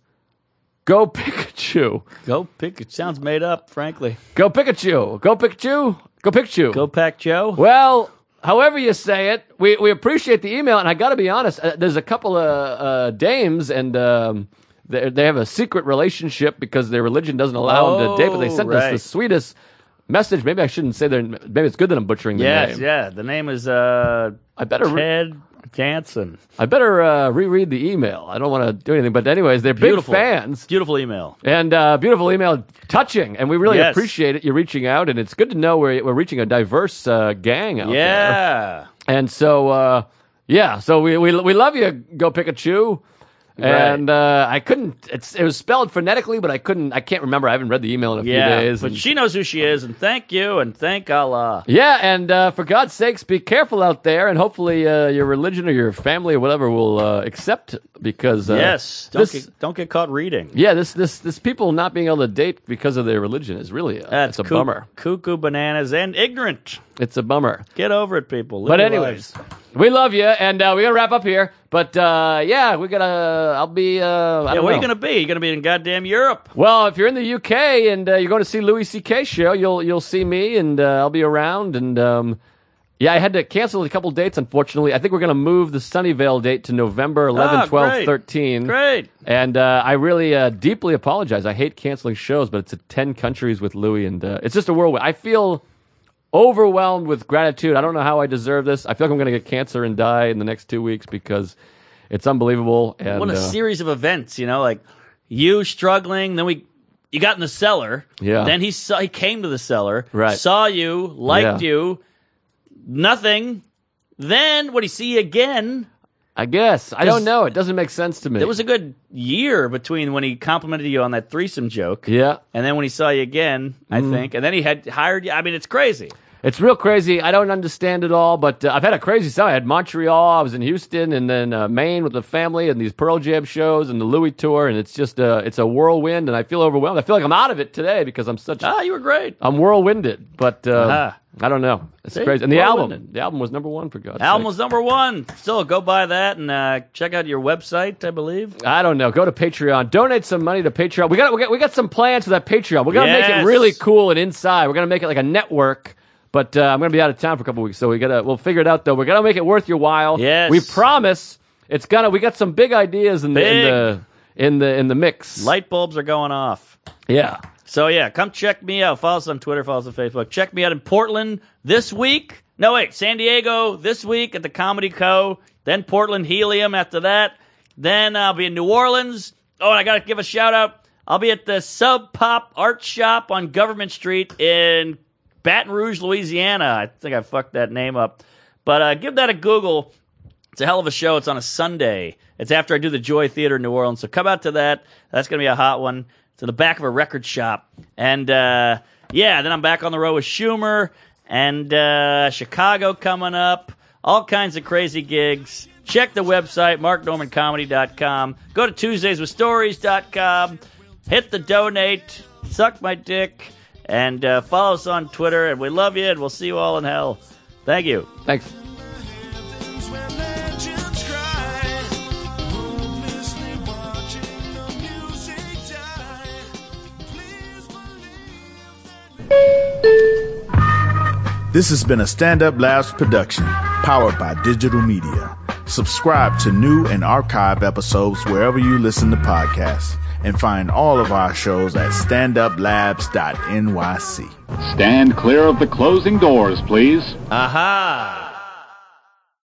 S2: Go Pikachu.
S3: Go Pikachu sounds made up, frankly.
S2: Go Pikachu. Go Pikachu. Go Pikachu.
S3: Go Pack Joe.
S2: Well, however you say it, we, we appreciate the email. And I got to be honest, uh, there's a couple of uh, dames, and um, they, they have a secret relationship because their religion doesn't allow them to date, but they
S3: Oh,
S2: sent us the
S3: right.
S2: sweetest message. Maybe I shouldn't say their Maybe it's good that I'm butchering their
S3: Yes,
S2: name.
S3: yeah. The name is uh
S2: I better, re-
S3: Ted Jansen.
S2: I better uh, reread the email. I don't want to do anything. But, anyways, they're
S3: Beautiful
S2: big fans.
S3: Beautiful email.
S2: And uh, beautiful email, touching, and we really
S3: Yes.
S2: appreciate it. You're reaching out, and it's good to know we're, we're reaching a diverse uh, gang out there.
S3: Yeah.
S2: And so, uh, yeah, so we, we we love you. Go Pikachu. And uh, I couldn't. It's, it was spelled phonetically, but I couldn't. I can't remember. I haven't read the email in a
S3: Yeah.
S2: few days.
S3: But
S2: and-
S3: she knows who she is, and thank you, and thank Allah.
S2: yeah, and uh, for God's sakes, be careful out there, and hopefully uh, your religion or your family or whatever will uh, accept because uh,
S3: yes. Don't
S2: this,
S3: get, don't get caught reading.
S2: yeah, this this this people not being able to date because of their religion is really a,
S3: That's
S2: it's a
S3: coo-
S2: bummer.
S3: Cuckoo bananas and ignorant.
S2: It's a bummer.
S3: Get over it, people. Live
S2: But
S3: your
S2: anyways,
S3: lives.
S2: we love you, and uh, we gotta wrap up here. But uh, yeah, we gotta. I'll be. Uh, I
S3: yeah,
S2: don't
S3: where
S2: know.
S3: are you gonna be? You gonna be in goddamn Europe?
S2: Well, if you're in the UK and uh, you're going to see Louis C.K. show, you'll you'll see me, and uh, I'll be around. And um, yeah, I had to cancel a couple dates, unfortunately. I think we're going to move the Sunnyvale date to November 11,
S3: Ah,
S2: 12,
S3: great.
S2: 13.
S3: Great.
S2: And uh, I really uh, deeply apologize. I hate canceling shows, but it's a ten countries with Louis, and uh, it's just a whirlwind. I feel overwhelmed with gratitude. I don't know how I deserve this. I feel like I'm going to get cancer and die in the next two weeks because it's unbelievable. And
S3: what a
S2: uh,
S3: series of events, you know, like you struggling, then we you got in the cellar.
S2: Yeah.
S3: Then he saw he came to the cellar,
S2: Right.
S3: saw you, liked
S2: Yeah.
S3: you, nothing. Then when he see you again,
S2: I guess I
S3: Does-
S2: don't know. It doesn't make sense to me.
S3: it was a good year between when he complimented you on that threesome joke.
S2: Yeah. Mm-hmm.
S3: And then when he saw you again, I think, and then he had hired you. I mean, it's crazy.
S2: It's real crazy. I don't understand it all, but uh, I've had a crazy summer. I had Montreal, I was in Houston, and then uh, Maine with the family, and these Pearl Jam shows, and the Louis tour, and it's just uh, it's a whirlwind, and I feel overwhelmed. I feel like I'm out of it today because I'm such
S3: Ah, you were great.
S2: I'm whirlwinded, but uh,
S3: Aha.
S2: I don't know. It's
S3: See?
S2: crazy. And the album,
S3: Whirlwinded.
S2: the album was number one for God's
S3: Album
S2: sake.
S3: was number one. Still, go buy that and uh, check out your website. I believe.
S2: I don't know. Go to Patreon. Donate some money to Patreon. We got we got we got some plans for that Patreon. We're gonna make it
S3: Yes.
S2: really cool and inside. We're gonna make it like a network. But uh, I'm gonna be out of town for a couple weeks, so we gotta we'll figure it out though. We're gonna make it worth your while.
S3: Yes.
S2: we promise. It's gonna. We got some big ideas in the in
S3: Big.
S2: the in the in the mix.
S3: Light bulbs are going off.
S2: yeah.
S3: So yeah, come check me out. Follow us on Twitter, follow us on Facebook. Check me out in Portland this week. No wait, San Diego this week at the Comedy Co. Then Portland Helium after that. Then I'll be in New Orleans. Oh, and I gotta give a shout out. I'll be at the Sub Pop Art Shop on Government Street in Baton Rouge, Louisiana. I think I fucked that name up, but uh, give that a Google. It's a hell of a show. It's on a Sunday. It's after I do the Joy Theater in New Orleans. So come out to that. That's going to be a hot one. It's in the back of a record shop. And uh, yeah, then I'm back on the road with Schumer and uh, Chicago coming up. All kinds of crazy gigs. Check the website, marknormancomedy.com. Go to tuesdayswithstories.com. Hit the donate. Suck my dick. And uh, follow us on Twitter. And we love you. And we'll see you all in hell. Thank you.
S2: Thanks.
S4: Heavens where legends cry, hopelessly watching the music die. Please believe that.
S5: This has been a Stand Up Labs production, powered by digital media. Subscribe to new and archive episodes wherever you listen to podcasts, and find all of our shows at standuplabs.nyc.
S6: Stand clear of the closing doors, please.
S3: Aha!